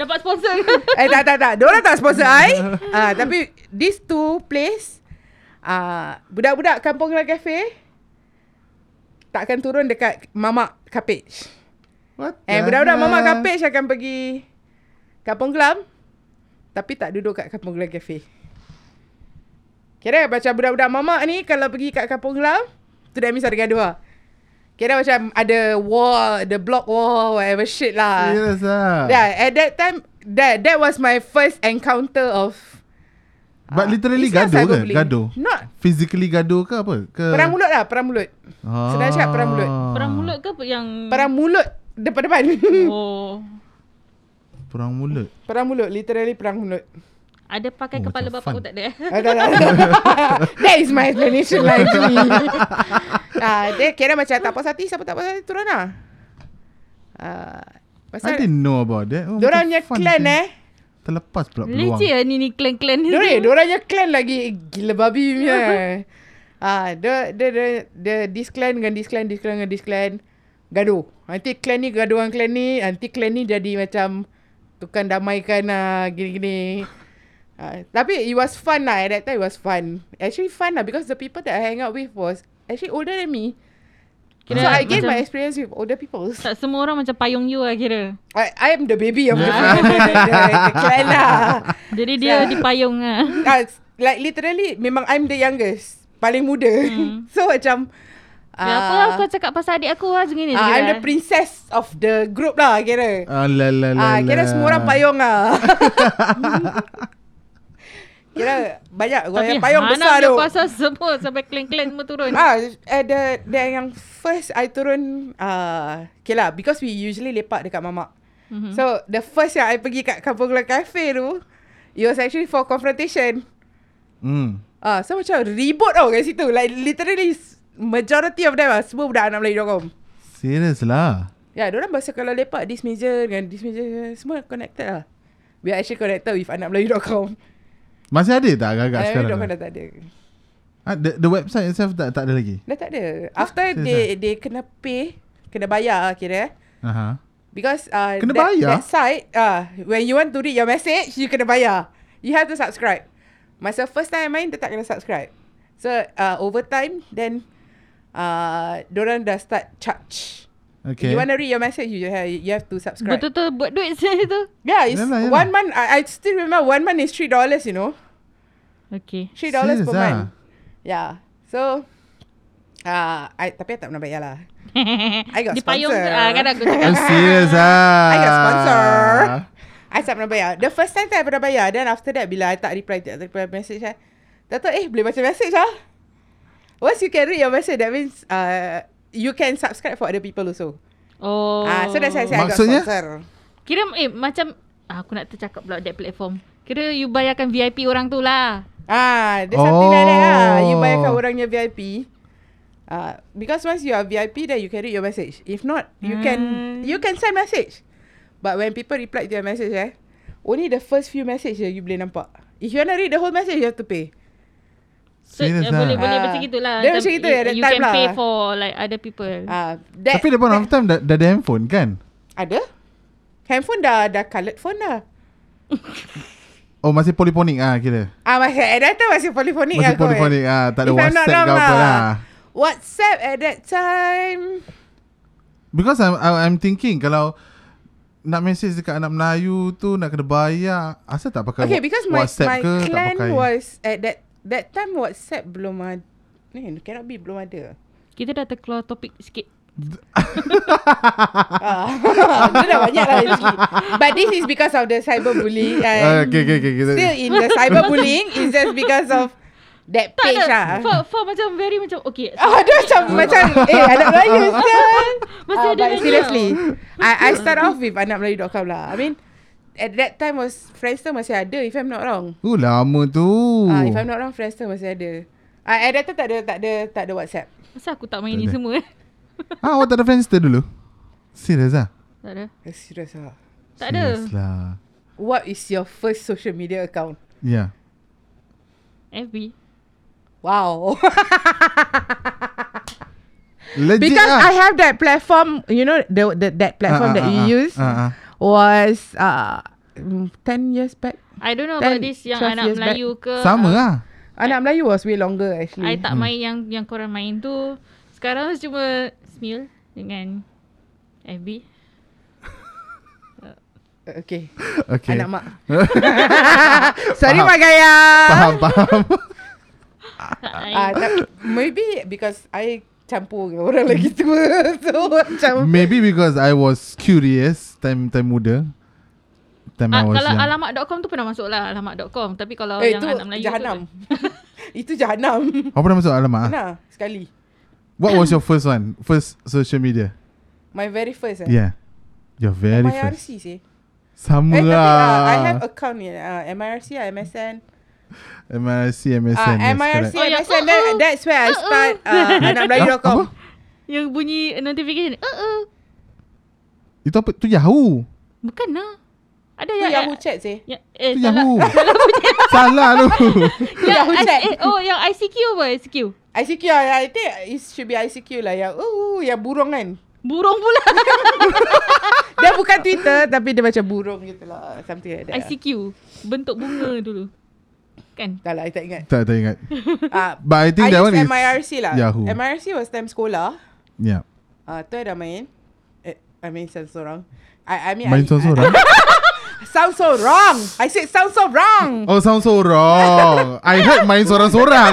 C: Dapat sponsor ke?
D: eh tak tak tak. Diorang tak sponsor I. Ah tapi these two place ah budak-budak kampung Lang Cafe takkan turun dekat Mamak Kapage.
B: What
D: Eh
B: the
D: budak-budak Mamak
B: hell?
D: Kapage akan pergi Kampung Glam tapi tak duduk kat Kampung Glam Cafe. Kira macam budak-budak mamak ni kalau pergi kat Kampung Glam tu dah misal ada gaduh lah. Kira macam ada wall, the block wall, whatever shit lah.
B: Serious lah.
D: Yeah, at that time that that was my first encounter of
B: But
D: Ah,
B: literally
D: it's
B: gaduh
D: not
B: ke?
D: cyberbullying.
B: Gaduh.
D: Not
B: Physically gaduh ke apa? Ke?
D: perang mulut lah, perang mulut.
B: Ah.
D: Sedang cakap perang mulut.
C: Perang mulut ke yang... Hmm.
D: Perang mulut depan-depan.
C: Oh.
B: Perang mulut.
D: perang mulut, literally perang mulut.
C: Ada
B: Oh,
C: pakai kepala
B: macam
C: bapak
B: fun.
C: aku tak ada eh?
D: Ah, tak, tak, tak. that is my explanation lah actually. Ah, dia kira macam tak puas hati, siapa tak puas hati turun lah. Ah,
B: I
D: pasal
B: didn't know about that. Oh,
D: Diorang
B: macam
D: punya
B: fun
D: clan
B: je.
D: eh
B: Terlepas pula peluang.
C: Leceh lah ni ni clan-clan ni.
D: Diorang, diorang punya clan lagi Gila babi punya Ah, dia, dia, dia, dia This clan dengan this clan This clan dengan this clan Gaduh Nanti clan ni gaduh dengan clan ni Nanti clan ni jadi macam Tukang damaikan lah Gini-gini Ah, Tapi it was fun lah At that time it was fun Actually fun lah Because the people that I hang out with was Actually older than me
C: Kira
D: So I gain
C: macam-
D: my experience with older people
C: Tak semua orang macam payung you lah kira.
D: I, I am the baby of the, the clan lah
C: Jadi dia
D: So-
C: dipayung lah.
D: Ah, s- like literally memang I'm the youngest, paling muda.
C: Hmm.
D: so macam
C: Ya, apa lah kau cakap pasal adik aku lah
D: ah,
C: segini je
D: I'm
C: kira.
D: the princess of the group lah kira.
B: Ah, la, la, la,
D: Ah,
B: la.
D: kira semua orang payung lah. kira banyak orang yang payung
C: Hana
D: besar
C: punya
D: tu.
C: pasal semua sampai clan-clan semua turun.
D: Ah, eh, the, the yang first I turun ah, okay lah because we usually lepak dekat mamak.
C: Mhm.
D: So the first yang I pergi kat Kampung Glam Cafe tu, it was actually for confrontation.
B: Hmm.
D: Ah, so macam ribut tau kat ah, situ. Like literally s- majority of them are semua budak anak Melayu Dokom.
B: Serious lah.
D: Ya, orang bahasa kalau lepak this meja dengan this meja semua connected lah. We are actually connected with anakmelayu.com.
B: Masih ada tak agak-agak
D: Eh,
B: sekarang?
D: Anakmelayu.com dah tak ada.
B: Ha, the, the website itself tak, tak ada lagi?
D: Dah tak ada. After
B: Serious
D: they they kena pay, kena bayar lah kira eh.
B: Aha.
D: Because uh,
B: Kena
D: that,
B: bayar?
D: that site, uh, when you want to read your message, you kena bayar. You have to subscribe. Masa first time I main, dia tak kena subscribe. So, uh, over time, then uh, diorang dah start charge. Okay.
B: Okay.
D: You want to read your message, you have, you have to subscribe. Betul.
C: Betul-betul buat duit saya tu.
D: Yeah, it's
B: Yalah, yalah.
D: one month. I, I still remember one month is $3, you know.
C: Okay.
D: $3 dollars per
B: Serious ah?
D: month. Yeah. So, uh, I, tapi I tak pernah bayar lah. I got
C: Dia payung
D: sponsor.
C: tu. Ah, kan aku cakap.
B: I'm serious ah.
D: I got sponsor. I tak pernah bayar The first time tak pernah bayar Then after that Bila I tak reply Tak reply message I Tahu eh boleh baca message lah Once you can read your message That means uh, You can subscribe for other people also
C: Oh.
D: Ah, So that's why I say I got
B: Maksudnya?
D: sponsor
C: Kira eh macam ah, aku nak tercakap pula that platform. Kira you bayarkan VIP orang tu lah.
D: Ah, There's something like that lah You
B: Oh.
D: bayarkan orangnya VIP Uh, because once you are VIP, then you can read your message. If not, you can you can send message. But when people reply to your message, eh, only the first few message je you boleh nampak. If you want to read the whole message, you have to pay.
C: So
B: Serious
C: eh,
B: lah.
C: boleh boleh
D: Ah.
C: macam gitulah.
D: Dia macam gitu
C: you,
D: ya, that
C: you
D: time
C: can
D: lah.
C: pay for like other people.
D: Ah, that,
B: Tapi the point of time dah, dah ada handphone kan?
D: Ada. Handphone dah dah coloured phone dah.
B: Oh masih polyphonic ah kira.
D: Ah masih at that time masih polyphonic
B: Masih
D: lah kot.
B: polyphonic ah, tak ada
D: If I'm not
B: WhatsApp ke
D: wrong
B: apa lah.
D: WhatsApp at that time.
B: Because I'm I'm I'm thinking kalau nak message dekat anak Melayu tu nak kena bayar. Asal tak pakai
D: okay
B: wa-
D: because my
B: WhatsApp
D: my
B: ke tak
D: clan
B: pakai?
D: was at that that time WhatsApp belum ada. Ni cannot be belum ada.
C: Kita dah terkeluar topik sikit.
D: Ah, Dia dah banyak lah actually. But this is because of the cyberbullying.
B: Ah,
D: And
B: okay, okay, okay. kita-
D: Still in the cyberbullying is just because of
C: Tak
D: that page
C: ada.
D: lah.
C: For, for macam very macam okay.
D: Oh, dia macam macam eh anak Melayu sial.
C: Masih
D: Ah,
C: ada
D: but
C: lagi.
D: seriously, I I start off with anakmelayu.com lah. I mean, at that time was Friendster masih ada if I'm not wrong.
B: Oh lama tu.
D: Ah, if I'm not wrong Friendster masih ada. Ah, at that time tak ada tak ada tak ada WhatsApp.
C: Masa aku tak
B: Tak
C: main ni
B: ada.
C: semua eh?
B: ah awak tak ada Friendster dulu? Serius ah?
C: Tak ada.
D: Eh, Serious lah.
C: Tak ada.
B: Serious lah. Ya.
D: What is your first social media account?
B: Yeah.
C: FB.
D: Wow.
B: Legit
D: Because
B: ah.
D: I have that platform, you know, the, the E that platform that you use
B: Ah, ah.
D: was uh mm, 10 years back.
C: I don't know about
D: Ten,
C: this yang
D: 12
C: anak
D: years back.
C: Melayu ke.
B: Sama
C: ah,
B: lah.
D: Anak Melayu was way longer actually.
C: I tak main yang yang korang main tu. Sekarang cuma Smil dengan FB.
D: Okay.
B: Okay.
D: Anak mak. Sorry mak Gaya.
B: Faham, faham.
C: Tak
D: Ah,
C: main.
D: tak, maybe because I campur dengan orang lagi tua. So macam
B: Maybe because I was curious time time muda. Time I
C: Ah,
B: was
C: kalau
B: young.
C: alamak.com tu pernah masuk lah alamak.com tapi kalau
D: eh
C: yang
D: itu
C: anak Melayu
D: jahanam.
C: tu
D: itu jahanam.
B: Apa nama masuk alamak? ah?
D: Nah, sekali.
B: What was your first one? First social media?
D: My very first eh.
B: Yeah. Your very first.
D: MIRC sih.
B: Sama
D: Eh, tapi uh, I have
B: lah.
D: account ni. Uh, MIRC, ah, MSN.
B: MIRC,
D: Ah,
B: MSN. yes,
D: MIRC,
B: correct.
C: Oh, ya.
D: MSN.
C: Uh-uh.
D: that- That's where I
C: Uh-uh.
D: start uh,
B: Apa?
D: anakmelayu.com.
C: yang bunyi notification. Uh uh.
B: Itu apa? Tu Yahoo.
C: Bukan lah. Ada
D: Tu
C: yang
D: Yahoo chat sih.
C: Ya, eh,
B: Tu
C: salah.
B: Yahoo. Salah tu.
C: Yang
D: Yahoo
C: I-
D: chat.
C: eh, oh, yang ICQ apa? ICQ.
D: ICQ, ah, I think it should be ICQ lah. Yang, uh, yang burung kan.
C: Burung pula.
D: Dia bukan Twitter tapi dia macam burung gitu lah. Something like that. ICQ.
C: ICQ. Bentuk bunga dulu. Kan?
D: Dah lah, I tak ingat.
B: tak, tak ingat.
D: Ah,
B: But I think that
D: use
B: one is...
D: MIRC lah.
B: Yahoo.
D: MIRC was time sekolah.
B: Yeah.
D: Ah, tu I dah main. Eh, I mean sound so wrong. I, I mean
B: Main
D: I,
B: sound so wrong.
D: I, sound so wrong. I said sound so wrong.
B: Oh, sound so wrong. I heard main seorang-seorang.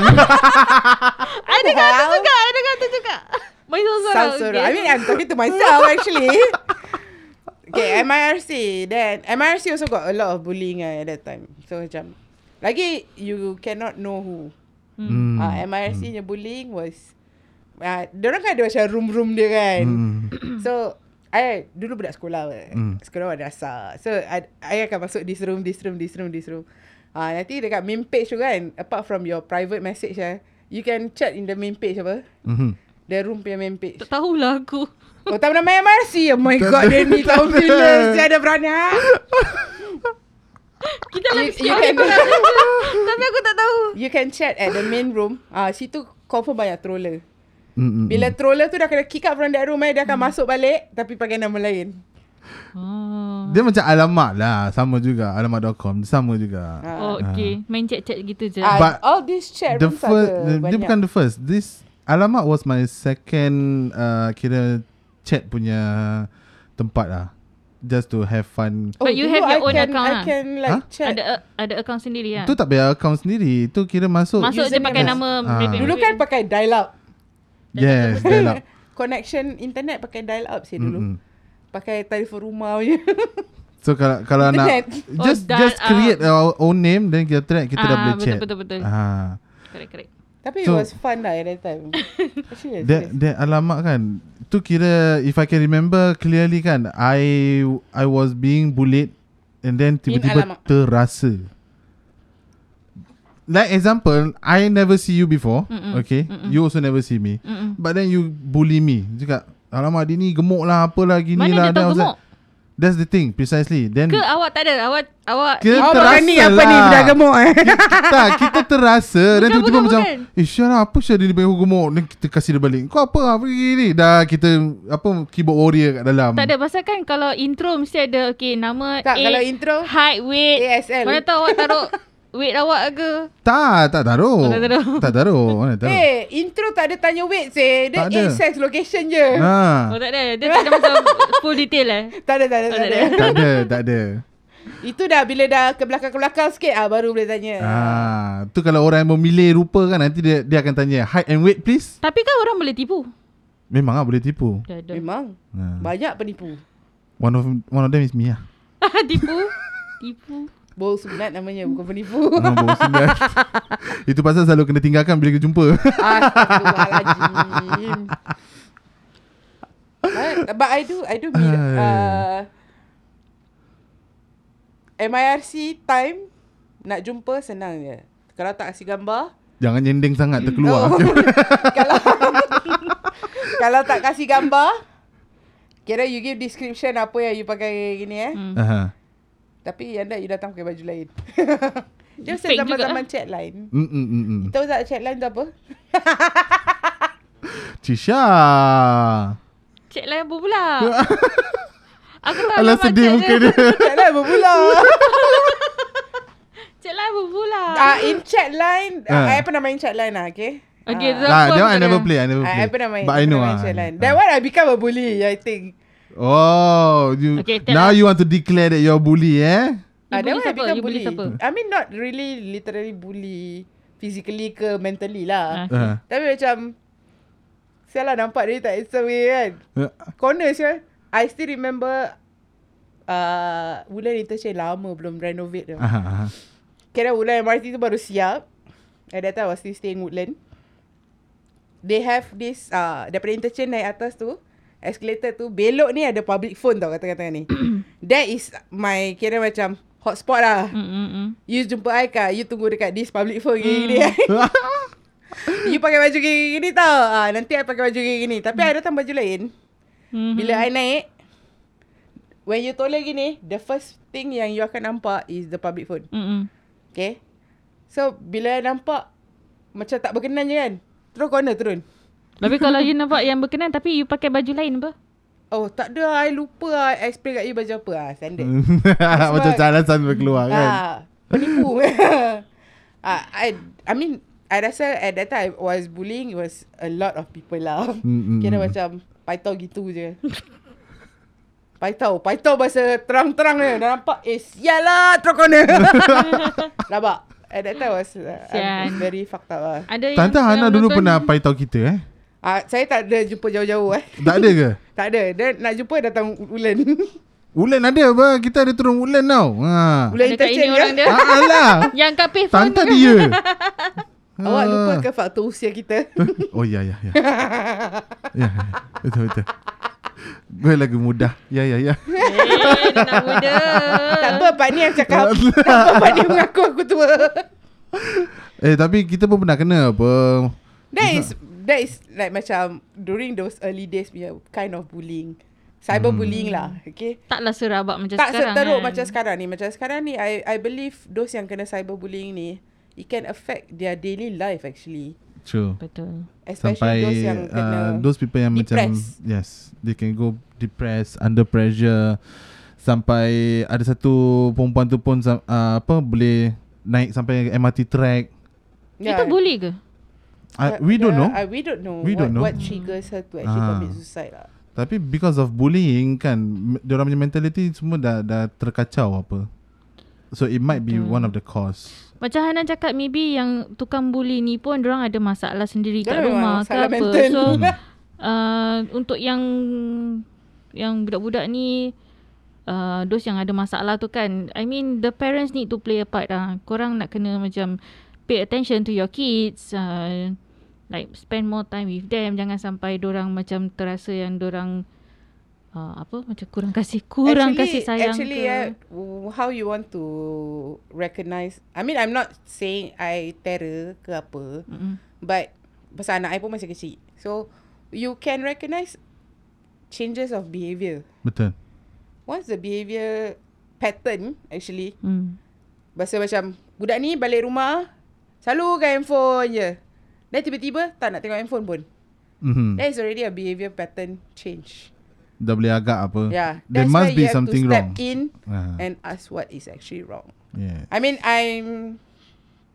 C: I dengar tu juga. I dengar tu juga. Main sorang-sorang.
D: sound so wrong. I mean I'm talking to myself actually. Okay, MIRC. Then MIRC also got a lot of bullying ah, at that time. So macam lagi you cannot know who.
B: Hmm.
D: Ah, MIRC punya bullying was ah, Diorang kan ada macam room-room dia kan
B: Hmm.
D: So I dulu budak sekolah
B: Hmm.
D: mm. Sekolah madrasah So I, I akan masuk this room This room This room This room Ah uh, Nanti dekat main page tu kan Apart from your private message eh You can chat in the main page apa
B: Mhm.
D: The room punya main page
C: Tak tahulah aku.
D: Oh tak pernah main MRC Oh my god Dia ni tahun bila Saya ada beranak
C: Kita lagi
D: you
C: sekali
D: can-
C: aku nak baca. Tapi aku tak tahu.
D: You can chat at the main room Ah Situ confirm banyak troller
B: Mm-mm.
D: Bila troller tu dah kena kick out from that room eh, Dia
B: Mm.
D: akan masuk balik Tapi pakai nama lain
C: Oh,
B: Dia macam alamat lah Sama juga Alamat.com Sama juga
C: oh okay. Main chat-chat gitu je.
D: Ah,
B: But
D: All these chat
B: The
D: rooms
B: first
D: ada
B: Dia
D: banyak
B: bukan the first This Alamat was my second uh, Kira Chat punya Tempat lah Just to have fun
C: But you
D: Oh, dulu
C: have your
D: I
C: own
D: can,
C: account
D: I
C: lah.
D: can like
B: Huh?
D: chat
C: Ada ada account sendiri lah.
B: Itu tak payah account sendiri Itu kira masuk
C: Masuk je
D: username
C: pakai
D: lah.
C: nama
B: Ah.
C: mereka.
D: Dulu kan pakai dial up
B: Yes dial up
D: Connection internet pakai dial up sih dulu
B: Mm-mm.
D: Pakai telefon rumah je
B: So kalau kalau nak
D: Internet.
B: just
C: Oh,
B: just
C: dial up.
B: create our own name then kita track kita dah
C: Ah,
B: boleh
C: betul,
B: chat.
C: betul, betul.
B: Ah.
C: Correct, correct.
D: Tapi
B: So-
D: it was fun lah at that time Actually, yes,
B: That
D: yes.
B: that alamat kan. Tu kira if I can remember clearly kan I I was being bullied and then tiba-tiba
D: alamat.
B: terasa. Like example, I never see you before.
C: Mm-mm,
B: Okay. You also never see me.
C: Mm-mm.
B: But then you bully me. Cakap, alamak dia ni gemuk lah, apalah gini
C: Mana
B: lah. Then I
C: dia tahu
B: was
C: gemuk?
B: like, That's the thing, precisely. Then
C: Ke Oh, awak tak ada? Awak awak
B: Kira
D: Awak
B: terasa
D: berani apa ni
B: lah.
D: Budak gemuk eh
B: tak, kita terasa Dan
C: Bukan,
B: tiba-tiba
C: bukan,
B: macam
C: bukan.
B: Eh Syara apa Syara dia panggil gemuk Dan Oh, kita kasih dia balik Kau apa Apa ni Dah kita Apa Keyboard warrior kat dalam
C: tak ada pasal kan kalau intro mesti ada okay nama A,
D: Tak, kalau intro,
C: height weight
D: ASL.
C: mana tahu awak taruh weight awak ke
B: Tak tak taruh
C: Oh, tak taruh.
B: Tak taruh Mana taruh
D: Eh intro tak ada tanya weight sih Dia
B: Tak ada.
D: age sex location
C: oh
D: je Ah.
B: ha.
C: tak ada dia tak ada macam full detail eh
D: Tak ada tak ada
C: Oh, tak
D: tak ada
B: Tak ada Tak ada
D: Itu dah bila dah ke belakang-belakang sikit ah Baru boleh tanya
B: ah, Tu kalau orang yang memilih rupa kan Nanti dia dia akan tanya Height and weight please
C: tapi kan orang boleh tipu
B: Memang lah boleh tipu
C: dah ada
D: Memang
B: ha.
D: Banyak penipu
B: One of one of them is me lah
C: tipu tipu
D: Bol sunat namanya Bukan penipu
B: Orang bawa singgah. Itu pasal selalu kena tinggalkan Bila kita jumpa
D: Astagfirullahaladzim But- But I do I do meet
B: Ai.
D: uh, MIRC time Nak jumpa senang je Kalau tak kasi gambar
B: Jangan nyendeng sangat Terkeluar
D: Oh. Kalau Kalau tak kasi gambar Kira you give description Apa yang you pakai gini eh
C: Hmm.
B: Aha.
D: Tapi anda you datang pakai baju lain Dia
C: Fake juga, eh.
D: mesti zaman-zaman chat line
B: Mm, mm, mm, mm.
D: Tahu tak chat line tu apa?
B: Cisha
C: cek lain apa pula aku tahu
B: Alah
C: alamat
B: sedih
C: chat
B: muka dia
D: Chat line bermula
C: cek lain apa pula
D: Ah, in chat line,
B: Ah.
D: I pernah main chat line lah, okay?
C: okay
D: Ah.
C: tu
B: Lah,
C: aku
B: that one I
C: ada.
B: never play I never play
D: I, I pernah main,
B: But
D: I
B: I know
D: pernah main
B: ah.
D: chat line. That one I become a bully, I think.
B: Oh you,
C: Okay, tell
B: Now
C: us.
B: you want to declare That you're bully eh
C: You
D: Ah, that
C: bully
D: one I
C: siapa?
D: become
C: You bully
D: bully.
C: siapa?
D: I mean not really literally bully physically ke mentally
C: Ah.
D: lah.
B: uh.
D: Tapi macam, saya lah nampak dia tak handsome ni kan.
B: Uh-huh.
D: Corner saya, I still remember uh, Wulan interchange lama belum renovate tu.
B: aha, aha.
D: Kira Woodland MRT tu baru siap. At that time I was still staying Woodland. They have this uh, daripada interchange naik atas tu escalator tu belok ni ada public phone tau kat tengah-tengah ni. That is my kira macam hotspot lah.
C: Mm, mm, mm.
D: You jumpa I kak, you tunggu dekat this public phone gini-gini. you pakai baju gini-gini tau. Ah, nanti I pakai baju gini-gini. Tapi I datang baju lain.
B: Mm-hmm.
C: Mhm.
D: Bila I naik, when you toleh gini, the first thing yang you akan nampak is the public phone.
C: Mm, mm.
D: Okay. So, bila I nampak macam tak berkenan je kan. Terus corner turun.
C: tapi kalau you nampak yang berkenan tapi you pakai baju lain apa
D: Oh, tak ada. I lupa. I explain kat you baju apa. Ah, standard.
B: Macam jalan sampai keluar Hmm, kan
D: ah, penipu. ah, I, I mean, I rasa at that time I was bullying was a lot of people lah.
B: Mm, mm,
D: Kira
B: mm.
D: macam paitau gitu je. Paitau. Paitau bahasa terang-terang je. Dah nampak. Eh, sial lah. Terus corner. Rabak. At that time I was, uh, I was
C: Sian.
D: very fucked up lah.
C: ada yang
B: Tante Hana
C: yang
B: dulu
C: menonton-
B: pernah paitau kita eh
D: Ah, saya tak ada jumpa jauh-jauh eh.
B: Tak ada ke?
D: Tak ada. Dia nak jumpa datang U- Ulen.
B: Ah. Ulan ada apa? Kita ada turun Ulan tau ha.
D: Ulen
C: Ada kat ini
D: interchange
C: orang
D: ya.
C: dia
B: Ah, Alah
C: Yang kapih phone
B: Tante
C: tu kan?
B: dia
D: Awak lupa
B: Ah.
D: ke faktor usia kita?
B: Oh ya ya ya. ya ya. betul betul. Gue lagi muda. Ya ya ya.
C: Eh, dia nak muda Ah.
D: tak apa, Pak Niam cakap. tak apa, Pak Niam mengaku aku tua.
B: Eh tapi kita pun pernah kena apa?
D: That is that is like macam during those early days punya kind of bullying. Cyberbullying
B: Hmm.
D: lah, okay?
C: Taklah serabak macam
D: tak
C: sekarang
D: seteruk
C: kan.
D: macam sekarang ni. Macam sekarang ni, I I believe those yang kena cyberbullying ni, it can affect their daily life actually.
B: True.
C: Betul.
D: Especially
B: Sampai
D: those yang kena
B: uh, those people yang
D: depressed.
B: macam yes, they can go depressed, under pressure sampai ada satu perempuan tu pun sam- uh, apa boleh naik sampai MRT track.
C: Yeah.
D: Ya.
C: Itu boleh ke?
B: Uh,
D: But
B: we don't
D: yeah,
B: know.
D: Ya, I, we don't know.
B: We
D: what,
B: don't know.
D: What triggers her to actually
B: Ah.
D: commit suicide lah.
B: Tapi because of bullying kan m- Diorang punya mentality semua dah, dah terkacau apa So it might be one of the cause
C: Macam Hanan cakap maybe yang tukang bully ni pun orang ada masalah sendiri kat
D: Dorang memang
C: rumah ke
D: masalah
C: apa.
D: mental.
C: So
D: Hmm.
C: uh, untuk yang yang budak-budak ni uh, those yang ada masalah tu kan I mean the parents need to play a part lah. Korang nak kena macam pay attention to your kids uh, like spend more time with them jangan sampai orang macam terasa yang orang uh, apa macam kurang kasih kurang kasih sayang
D: actually,
C: ke.
D: eh, w- how you want to recognize? I mean, I'm not saying I terror ke apa,
C: Mm-mm.
D: but pasal anak I pun masih kecil. So you can recognize changes of behaviour.
B: Betul
D: Once the behaviour pattern actually,
C: Mm.
D: pasal macam budak ni balik rumah selalu kan handphone je. Then tiba-tiba tak nak tengok handphone pun.
B: mm-hmm.
D: That is already a behaviour pattern change.
B: Dah boleh agak apa
D: Yeah,
B: Hmm. There
D: Ya, that's
B: must
D: where
B: be
D: you have
B: something
D: to
B: wrong
D: Step in
B: Ah,
D: and ask what is actually wrong.
B: yeah.
D: I mean, I'm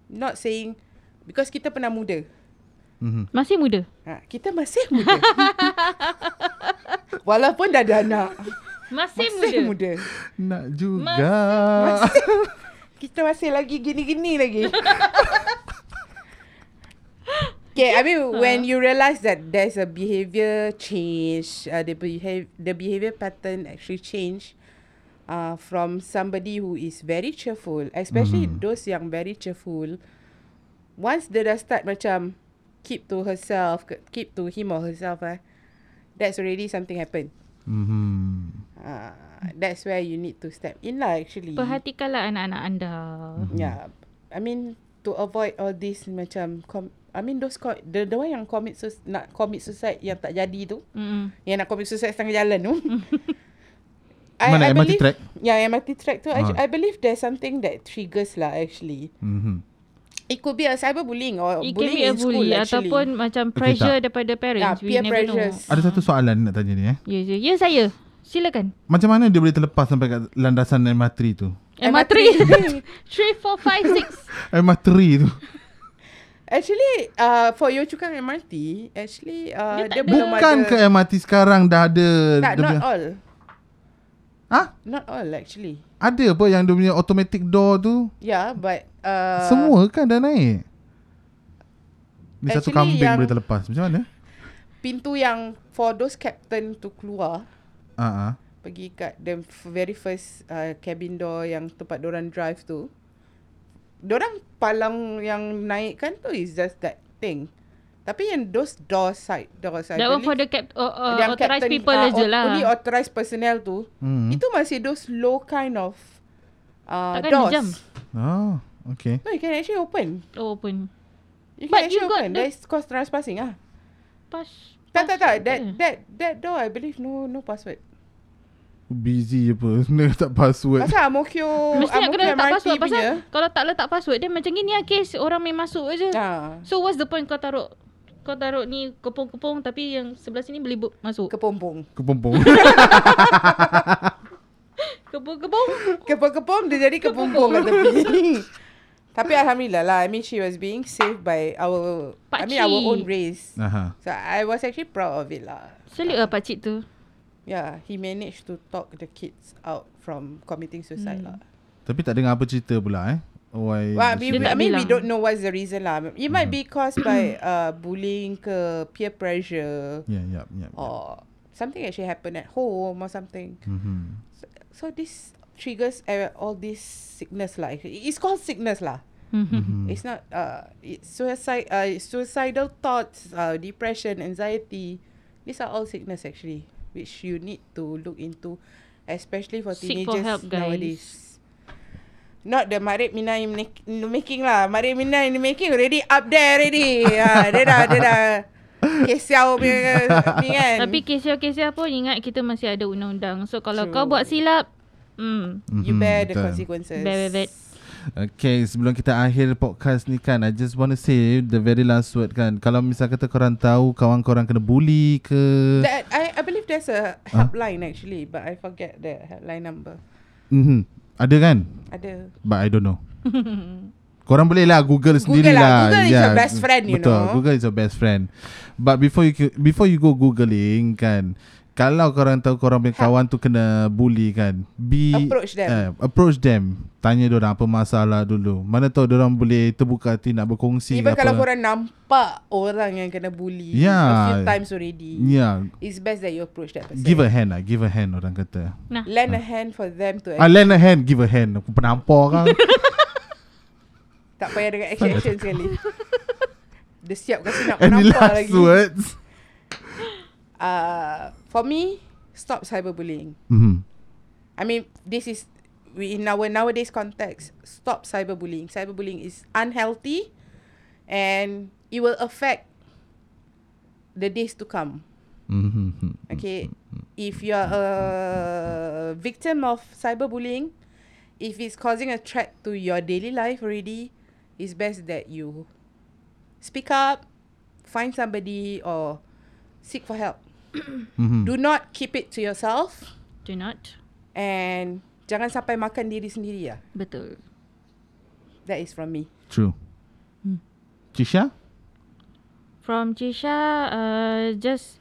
D: not saying because kita pernah muda.
B: mm-hmm.
C: Masih muda.
D: Ha, kita masih muda. Walaupun dah ada anak,
C: Masih,
D: masih
C: muda.
D: muda.
B: Nak juga
D: Kita masih lagi gini-gini lagi. Okay, I mean when you realise that there's a behaviour change, uh, the behav the behaviour pattern actually change uh, from somebody who is very cheerful, especially
B: Mhm.
D: those yang very cheerful. Once dia dah start macam keep to herself, ke- keep to him or herself, eh, that's already something happen.
B: mm-hmm.
D: Uh, that's where you need to step in lah actually.
C: Perhatikanlah anak-anak anda.
D: Yeah. Ya, I mean to avoid all this macam com- I mean those co- the, the one yang commit sus- nak commit suicide yang tak jadi tu,
C: Mm-mm.
D: yang nak commit suicide setengah jalan tu.
B: Mana MRT
D: believe,
B: track?
D: Yeah, MRT track tu.
B: Ah.
D: I, I believe there's something that triggers lah actually.
B: Mm-hmm.
D: It could be a cyberbullying or
C: It can
D: Uh, bullying
C: be a
D: in school
C: bully
D: actually.
C: ataupun macam
B: tak.
C: pressure daripada
D: yeah,
C: parents. We
D: peer
C: never
D: pressures.
C: know.
B: Ada satu soalan nak tanya ni eh
C: Ya, ya, ya saya. Silakan.
B: Macam mana dia boleh terlepas sampai kat landasan MRT tu
D: Eh,
C: MR3.
D: MR3.
C: 3, 4, 5, 6.
B: MRT tu
D: Actually, uh, for Yio Chu Kang MRT, actually
C: Dia
D: uh,
C: tak
D: dia,
C: ada.
D: belum
B: Bukan ke
D: ada.
B: MRT sekarang dah ada
D: Tak,
B: dia
D: not
B: punya-
D: all.
B: Ah?
D: Not all actually.
B: Ada apa yang dia punya automatic door tu
D: Yeah, but uh,
B: Semua kan dah naik Ni satu
D: actually
B: kambing
D: yang-
B: boleh terlepas Macam mana?
D: pintu yang for those captain to keluar
B: Ah, ah.
D: pergi kat the f- very first uh, cabin door yang tempat orang drive tu. Orang palang yang naikkan tu is just that thing. Tapi yang those door side door side.
C: That one for the cap, uh, uh,
D: yang
C: authorized
D: captain,
C: people
D: ah,
C: aja
D: au-
C: lah.
D: Only authorized personnel tu.
B: Hmm.
D: Itu masih those low kind of uh,
C: Takkan
D: doors.
C: jam.
B: Oh, okay.
D: No, you can actually open.
C: Oh, open.
D: You can
C: But you
D: actually
C: got
D: open.
C: the-
D: That is cause trespassing ah.
C: Pas. eh.
D: Tak tak tak.
C: password
D: That
C: ke?
D: that that door I believe no no password.
B: Busy apa Dia tak password
D: Pasal Ang Mo Kio
C: Mesti nak
D: Ang Mo
C: kena
D: Kio
C: letak
D: MRT
C: password. Pasal
D: punya.
C: kalau tak letak password, dia macam gini lah kes. Orang main masuk je.
D: Ha.
C: So what's the point kau taruh kau taruh ni kepung-kepung tapi yang sebelah sini boleh bu- masuk.
D: Kepompong.
B: Kepompong
C: Kepung-kepung.
D: Kepong-kepong dia jadi kepompong kat tepi. Tapi Alhamdulillah lah. I mean she was being saved by our... I mean our
C: Pakcik.
D: own race.
B: Aha.
D: So I was actually proud of it lah.
C: Selit lah pakcik tu.
D: Yeah, he managed to talk the kids out from committing suicide
C: Hmm.
D: lah.
B: Tapi tak dengar apa cerita pula eh Why
D: Well, I
B: dia cakap.
C: Dia
D: mean, we, I
C: tak
D: mean we
C: bilang.
D: don't know what's the reason lah. It might be caused by uh, bullying ke, peer pressure
B: Yeah, yeah, yeah, yeah.
D: or something actually happened at home or something.
B: Mhm.
D: So this triggers uh, all this sickness lah. Actually, It's called sickness lah.
B: Mhm.
D: It's not uh it's suicide uh it's suicidal thoughts, uh depression, anxiety. These are all sickness actually, which you need to look into, especially for
C: Seek for
D: teenagers
C: help, guys.
D: nowadays. Not the Marib Mina in make- in the making lah. Marib Mina in the making already up there already. ha, Ah, dia dah, dia dah. Kesiau punya ni kan.
C: Tapi kisah-kisah pun ingat kita masih ada undang-undang. So kalau
D: True.
C: kau buat silap, hmm,
D: you bear the
B: betul.
D: consequences.
C: bear with it.
B: Okay, sebelum kita akhir podcast ni kan, I just want to say the very last word kan. Kalau misal kata korang tahu kawan korang kena bully ke...
D: That, I, I believe there's a helpline actually, but I forget the helpline number.
B: Mm-hmm. Ada kan?
D: Ada.
B: But I don't know. Korang boleh lah Google,
D: Google
B: sendiri
D: lah.
B: lah.
D: Google is your best friend, you
B: betul.
D: know.
B: Google is your best friend. But before you before you go googling kan, kalau korang tahu korang punya kawan tu kena bully kan, be
D: Ha. Approach them.
B: eh, approach them. Tanya orang apa masalah dulu. Mana tahu orang boleh terbuka hati nak berkongsi. apa.
D: Even
B: lah. Ya.
D: kalau korang nampak orang yang kena bully a
B: Yeah.
D: few times already,
B: Yeah,
D: it's best that you approach that person.
B: Ya. give a hand lah, give a hand orang kata.
C: Nah,
D: Lend
B: Ah.
D: a hand for them to
B: I lend a hand, give a hand. Aku penampar kan.
D: tak payah dengan action-action sekali. Dia siap kasi nak
B: Any
D: nampak
B: last
D: lagi.
B: words?
D: Uh, for me, stop cyberbullying.
B: Mm-hmm.
D: I mean, this is we in our nowadays context. Stop cyberbullying. Cyberbullying is unhealthy, and it will affect the days to come.
B: Mm-hmm.
D: Okay, if you are a victim of cyberbullying, if it's causing a threat to your daily life already, it's best that you speak up, find somebody, or seek for help.
B: Mm-hmm.
D: Do not keep it to yourself.
C: do not.
D: And jangan sampai makan diri sendiri lah.
C: Betul.
D: That is from me.
B: True.
C: Hmm.
B: Chisha?
C: From Cisha, uh, just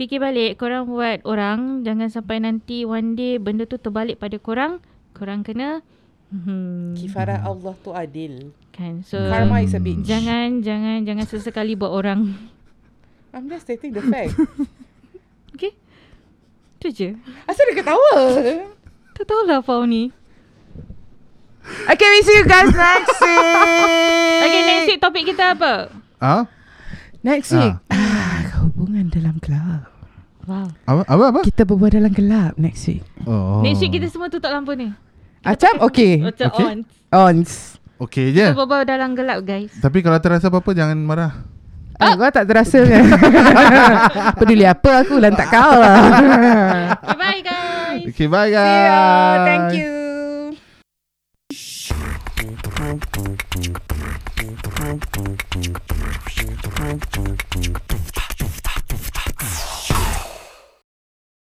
C: fikir balik. Korang buat orang, jangan sampai nanti one day benda tu terbalik pada korang. Korang kena, hmm,
D: Kifarah Allah tu adil.
C: kan. So,
D: Karma is a bitch.
C: jangan, jangan, jangan sesekali buat orang.
D: I'm just stating the fact.
C: Okay? Itu je.
D: Asal dia ketawa?
C: Tak tahulah Fau ni.
D: Okay, we see you guys next week.
C: Okay, next week topik kita apa?
B: Ah?
D: Next week. Ah, hubungan dalam gelap.
C: Wow.
B: Apa apa? apa?
D: Kita berbual dalam gelap next week.
B: Oh.
C: Next week kita semua tutup lampu ni.
D: Acam okay.
C: Macam
B: Okay.
C: Eh, okay. on.
D: Ons.
B: Okay je.
C: Kita berbual dalam gelap guys.
B: Tapi kalau terasa apa-apa jangan marah.
D: Ah, gua tak terasa kan. Peduli apa aku lantak kau lah.
C: Okay, bye guys.
B: Okay, bye guys.
D: See ya. Thank you.